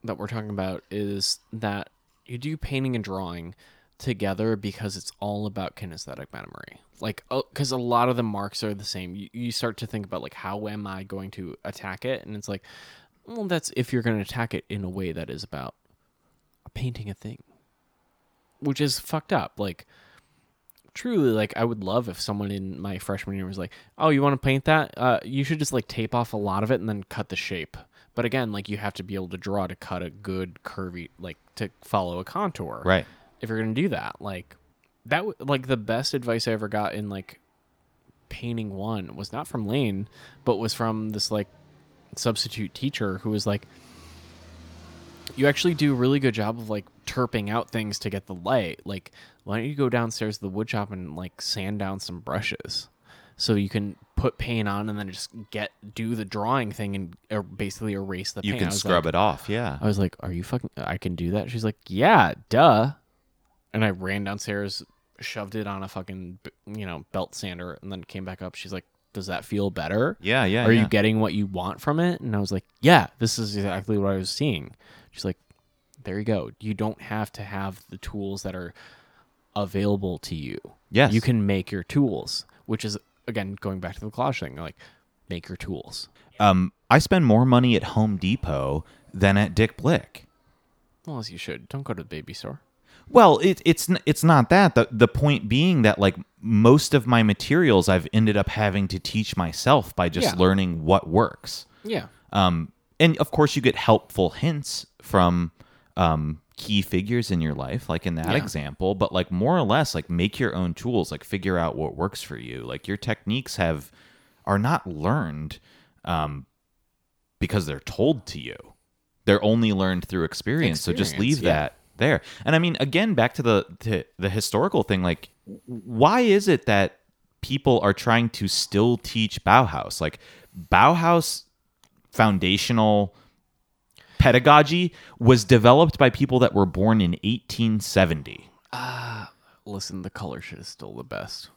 Speaker 3: that we're talking about is that you do painting and drawing together because it's all about kinesthetic memory. Like, because a lot of the marks are the same. You, you start to think about like, how am I going to attack it? And it's like, well, that's if you're going to attack it in a way that is about painting a thing, which is fucked up. Like, truly like i would love if someone in my freshman year was like oh you want to paint that uh, you should just like tape off a lot of it and then cut the shape but again like you have to be able to draw to cut a good curvy like to follow a contour
Speaker 2: Right.
Speaker 3: if you're gonna do that like that w- like the best advice i ever got in like painting one was not from lane but was from this like substitute teacher who was like you actually do a really good job of like turping out things to get the light like why don't you go downstairs to the wood shop and like sand down some brushes so you can put paint on and then just get do the drawing thing and er, basically erase the
Speaker 2: You
Speaker 3: paint. uh,
Speaker 2: can scrub it off. Yeah.
Speaker 3: I was like, "Are you fucking? I can do that." She's like, "Yeah, duh." and I ran downstairs, shoved it on a fucking you know belt sander, and then came back up. She's like, "Does that feel better?
Speaker 2: Yeah, yeah.
Speaker 3: Are
Speaker 2: yeah.
Speaker 3: you getting what you want from it?" And I was like, "Yeah, this is exactly what I was seeing." She's like, "There you go. You don't have to have the tools that are available to you.
Speaker 2: Yes.
Speaker 3: you can make your tools, which is again going back to the collage thing. Like, make your tools.
Speaker 2: um, I spend more money at Home Depot than at Dick Blick.
Speaker 3: Well, as you should. Don't go to the baby store.
Speaker 2: Well, it, it's n- it's not that. The the point being that like most of my materials I've ended up having to teach myself by just
Speaker 3: Yeah.
Speaker 2: learning what works.
Speaker 3: Yeah,
Speaker 2: Um, and of course, you get helpful hints from um, key figures in your life, like in that
Speaker 3: Yeah.
Speaker 2: example. But like more or less, like make your own tools, like figure out what works for you. Like your techniques have are not learned um, because they're told to you. They're only learned through experience. so just
Speaker 3: Experience,
Speaker 2: leave
Speaker 3: yeah.
Speaker 2: that there. And I mean, again, back to the to the historical thing. Like, w- why is it that people are trying to still teach Bauhaus? Like, Bauhaus foundational pedagogy was developed by people that were born in 1870.
Speaker 3: listen, the color shit is still the best.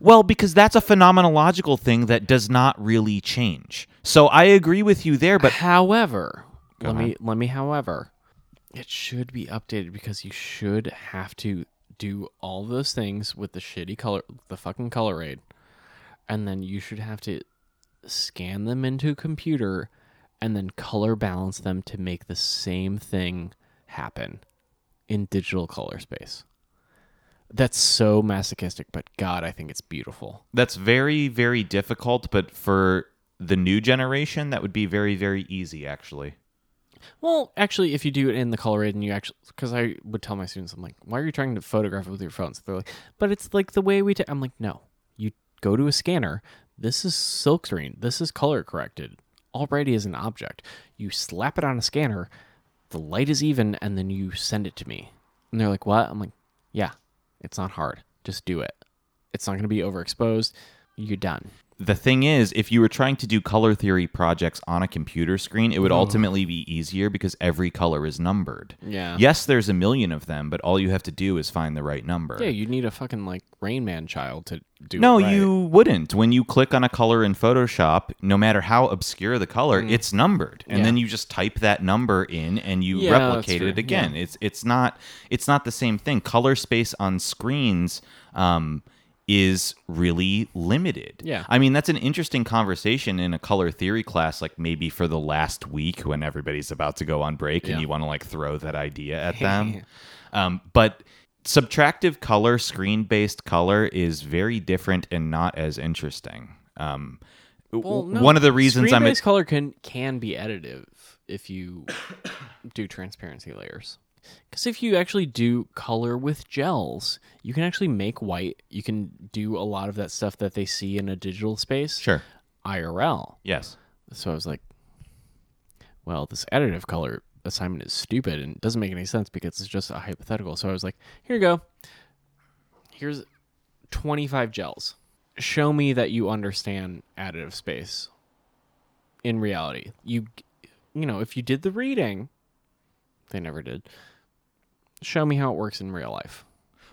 Speaker 2: Well, because that's a phenomenological thing that does not really change. So I agree with you there,
Speaker 3: But
Speaker 2: but
Speaker 3: however, let me let me however, it should be updated because you should have to do all those things with the shitty color the fucking color aid. And then you should have to scan them into a computer and then color balance them to make the same thing happen in digital color space. That's so masochistic, but God, I think it's beautiful.
Speaker 2: that's very, very difficult. But for the new generation, that would be very, very easy, actually.
Speaker 3: Well, actually, if you do it in the color aid and you actually, because I would tell my students, I'm like, why are you trying to photograph it with your phones? They're like, but it's like the way we take. I'm like, no, you go to a scanner. This is silk screen. This is color corrected already as an object. You slap it on a scanner. The light is even, and then you send it to me. And they're like, what? I'm like, yeah, it's not hard. Just do it. It's not going to be overexposed. You're done.
Speaker 2: The thing is, if you were trying to do color theory projects on a computer screen, it
Speaker 3: Hmm.
Speaker 2: would ultimately be easier because every color is numbered.
Speaker 3: Yeah.
Speaker 2: Yes, there's a million of them, but all you have to do is find the right number.
Speaker 3: Yeah, you need a fucking like Rain Man child to do it
Speaker 2: No,
Speaker 3: right.
Speaker 2: you wouldn't. When you click on a color in Photoshop, no matter how obscure the color, it's numbered, and
Speaker 3: Mm. Yeah.
Speaker 2: then you just type that number in and you
Speaker 3: Yeah, that's
Speaker 2: replicate
Speaker 3: true.
Speaker 2: it again. It's it's not it's not the same thing. Color space on screens um, is really limited.
Speaker 3: Yeah.
Speaker 2: I mean that's an interesting conversation in a color theory class, like maybe for the last week when everybody's about to go on break,
Speaker 3: Yeah.
Speaker 2: and you want to like throw that idea at them. Um, but subtractive color, screen based color, is very different and not as interesting. Um,
Speaker 3: Well,
Speaker 2: w-
Speaker 3: no,
Speaker 2: One of the reasons I'm.
Speaker 3: screen-based color can can be additive if you do transparency layers. Because if you actually do color with gels, you can actually make white. You can do a lot of that stuff that they see in a digital space.
Speaker 2: sure.
Speaker 3: IRL.
Speaker 2: Yes.
Speaker 3: So I was like, well, this additive color assignment is stupid and it doesn't make any sense because it's just a hypothetical. So I was like, here you go. Here's 25 gels. Show me that you understand additive space in reality. You you know, if you did the reading, they never did. Show me how it works in real life.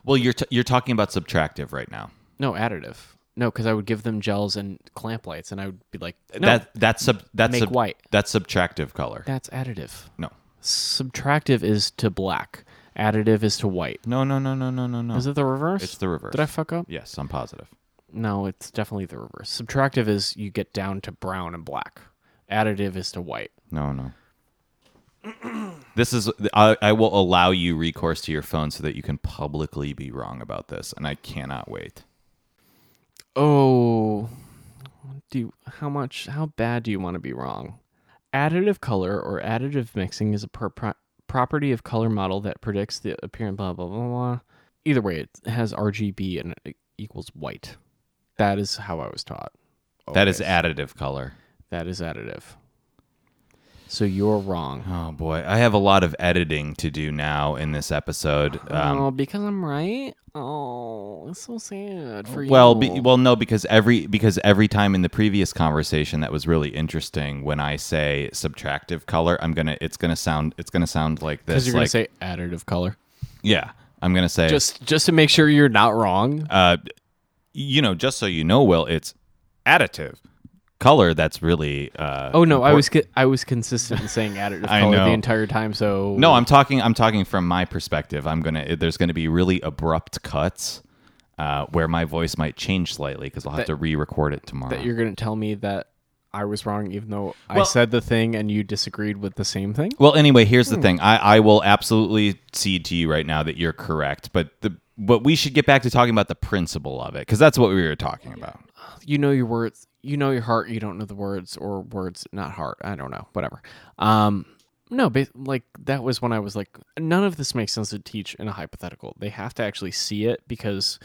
Speaker 2: Well, you're t- you're talking about subtractive right now.
Speaker 3: No additive. No, because I would give them gels and clamp lights, and I would be like, no,
Speaker 2: That that's sub that's
Speaker 3: Make
Speaker 2: sub-
Speaker 3: white.
Speaker 2: That's subtractive color.
Speaker 3: that's additive.
Speaker 2: no.
Speaker 3: Subtractive is to black. Additive is to white.
Speaker 2: No. No. No. No. No. No. No.
Speaker 3: Is it Oh. the reverse?
Speaker 2: It's the reverse.
Speaker 3: Did I fuck up?
Speaker 2: yes, I'm positive.
Speaker 3: No, it's definitely the reverse. Subtractive is you get down to brown and black. Additive is to white.
Speaker 2: No. No. This is I, I will allow you recourse to your phone so that you can publicly be wrong about this, and I cannot wait.
Speaker 3: Oh, do you- how much? How bad do you want to be wrong? Additive color or additive mixing is a pro- pro- property of color model that predicts the appearance. Blah blah blah blah. Either way, it has RGB and it equals white. That is how I was taught.
Speaker 2: That is
Speaker 3: Always.
Speaker 2: additive color.
Speaker 3: That is additive. So you're wrong.
Speaker 2: Oh boy, I have a lot of editing to do now in this episode. Um,
Speaker 3: oh, because I'm right. Oh, it's so sad for you.
Speaker 2: well, be, well, no, because every because every time in the previous conversation that was really interesting, when I say subtractive color, I'm gonna it's gonna sound it's gonna sound like this.
Speaker 3: because you're gonna
Speaker 2: like-
Speaker 3: say additive color.
Speaker 2: yeah, I'm gonna say
Speaker 3: Just just to make sure you're not wrong.
Speaker 2: uh, you know, just so you know, Will, it's additive color that's really. Uh,
Speaker 3: oh no, I
Speaker 2: important.
Speaker 3: was co- I was consistent in saying additive
Speaker 2: I
Speaker 3: color
Speaker 2: know.
Speaker 3: the entire time. So
Speaker 2: No, I'm talking. I'm talking from my perspective. I'm gonna. There's gonna be really abrupt cuts uh, where my voice might change slightly because I'll have to re-record it tomorrow.
Speaker 3: that you're gonna tell me that I was wrong, even though I
Speaker 2: Well-
Speaker 3: said the thing and you disagreed with the same thing.
Speaker 2: Well, anyway, here's
Speaker 3: Hmm.
Speaker 2: the thing. I, I will absolutely cede to you right now that you're correct, but the but we should get back to talking about the principle of it because that's what we were talking about.
Speaker 3: You know your words. You know your heart. You don't know the words, or words not heart. I don't know. Whatever. Um, no, ba- like that was when I was like, none of this makes sense to teach in a hypothetical. They have to actually see it because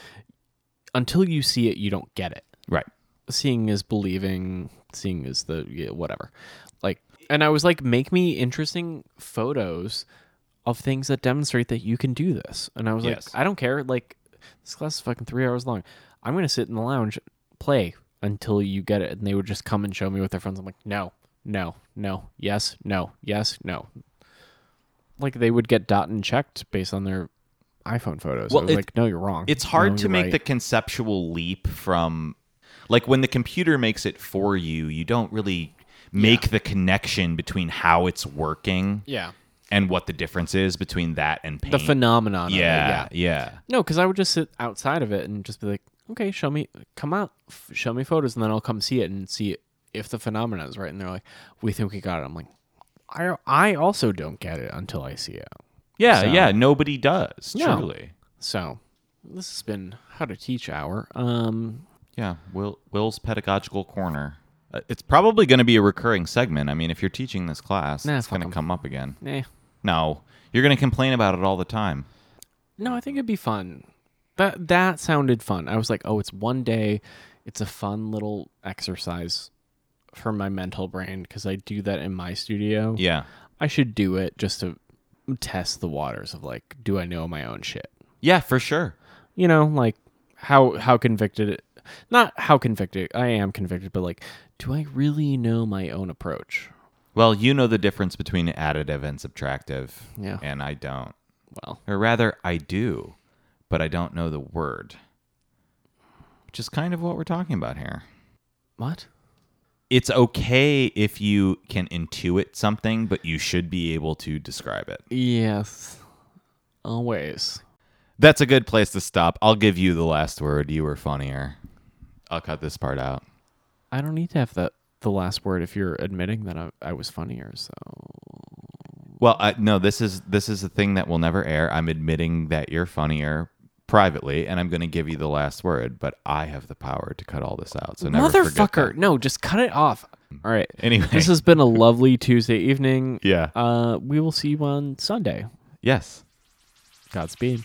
Speaker 3: until you see it, you don't get it.
Speaker 2: Right.
Speaker 3: seeing is believing seeing is the yeah, whatever like and i was like make me interesting photos of things that demonstrate that you can do this and i was
Speaker 2: Yes.
Speaker 3: like i don't care like this class is fucking three hours long i'm gonna sit in the lounge play until you get it and they would just come and show me with their friends i'm like no no no yes no yes no like they would get dot and checked based on their iphone photos
Speaker 2: Well,
Speaker 3: i was
Speaker 2: it-
Speaker 3: like no you're wrong
Speaker 2: It's hard
Speaker 3: No,
Speaker 2: to
Speaker 3: you're
Speaker 2: make
Speaker 3: right.
Speaker 2: the conceptual leap from like when the computer makes it for you, you don't really make the connection between how it's working
Speaker 3: yeah
Speaker 2: and what the difference is between that and paint.
Speaker 3: the phenomenon of it,
Speaker 2: yeah, yeah.
Speaker 3: No, because I would just sit outside of it and just be like, okay, show me, come out, f- show me photos, and then I'll come see it and see if the phenomenon is right. And they're like, we think we got it. I'm like, I, I also don't get it until I see it.
Speaker 2: Yeah,
Speaker 3: So-
Speaker 2: yeah, nobody does,
Speaker 3: No.
Speaker 2: truly.
Speaker 3: So this has been how to teach hour. Um,
Speaker 2: Yeah, Will Will's pedagogical corner. Uh, It's probably going to be a recurring segment. I mean, if you're teaching this class,
Speaker 3: Nah,
Speaker 2: it's
Speaker 3: fuck
Speaker 2: going to
Speaker 3: 'em.
Speaker 2: come up again.
Speaker 3: eh.
Speaker 2: No, you're going to complain about it all the time.
Speaker 3: No, I think it'd be fun. That that sounded fun. I was like, oh, it's one day. It's a fun little exercise for my mental brain because I do that in my studio.
Speaker 2: Yeah.
Speaker 3: I should do it just to test the waters of like, do I know my own shit?
Speaker 2: Yeah, for sure.
Speaker 3: You know, like how how convicted it not how convicted I am convicted, but like, do I really know my own approach?
Speaker 2: Well, you know the difference between additive and subtractive.
Speaker 3: Yeah.
Speaker 2: And I don't.
Speaker 3: Well,
Speaker 2: Or rather, I do, but I don't know the word. Which is kind of what we're talking about here.
Speaker 3: what?
Speaker 2: It's okay if you can intuit something, but you should be able to describe it.
Speaker 3: Yes. Always.
Speaker 2: That's a good place to stop. I'll give you the last word. You were funnier. I'll cut this part out.
Speaker 3: I don't need to have that the last word if you're admitting that I, I was funnier, so
Speaker 2: Well, I, no, this is this is a thing that will never air. I'm admitting that you're funnier privately, and I'm going to give you the last word. But I have the power to cut all this out. So never forget
Speaker 3: Motherfucker.
Speaker 2: that.
Speaker 3: No, just cut it off. All right.
Speaker 2: Anyway.
Speaker 3: This Uh, has been a lovely Tuesday evening.
Speaker 2: Yeah.
Speaker 3: Uh we will see you on Sunday.
Speaker 2: yes.
Speaker 3: Godspeed.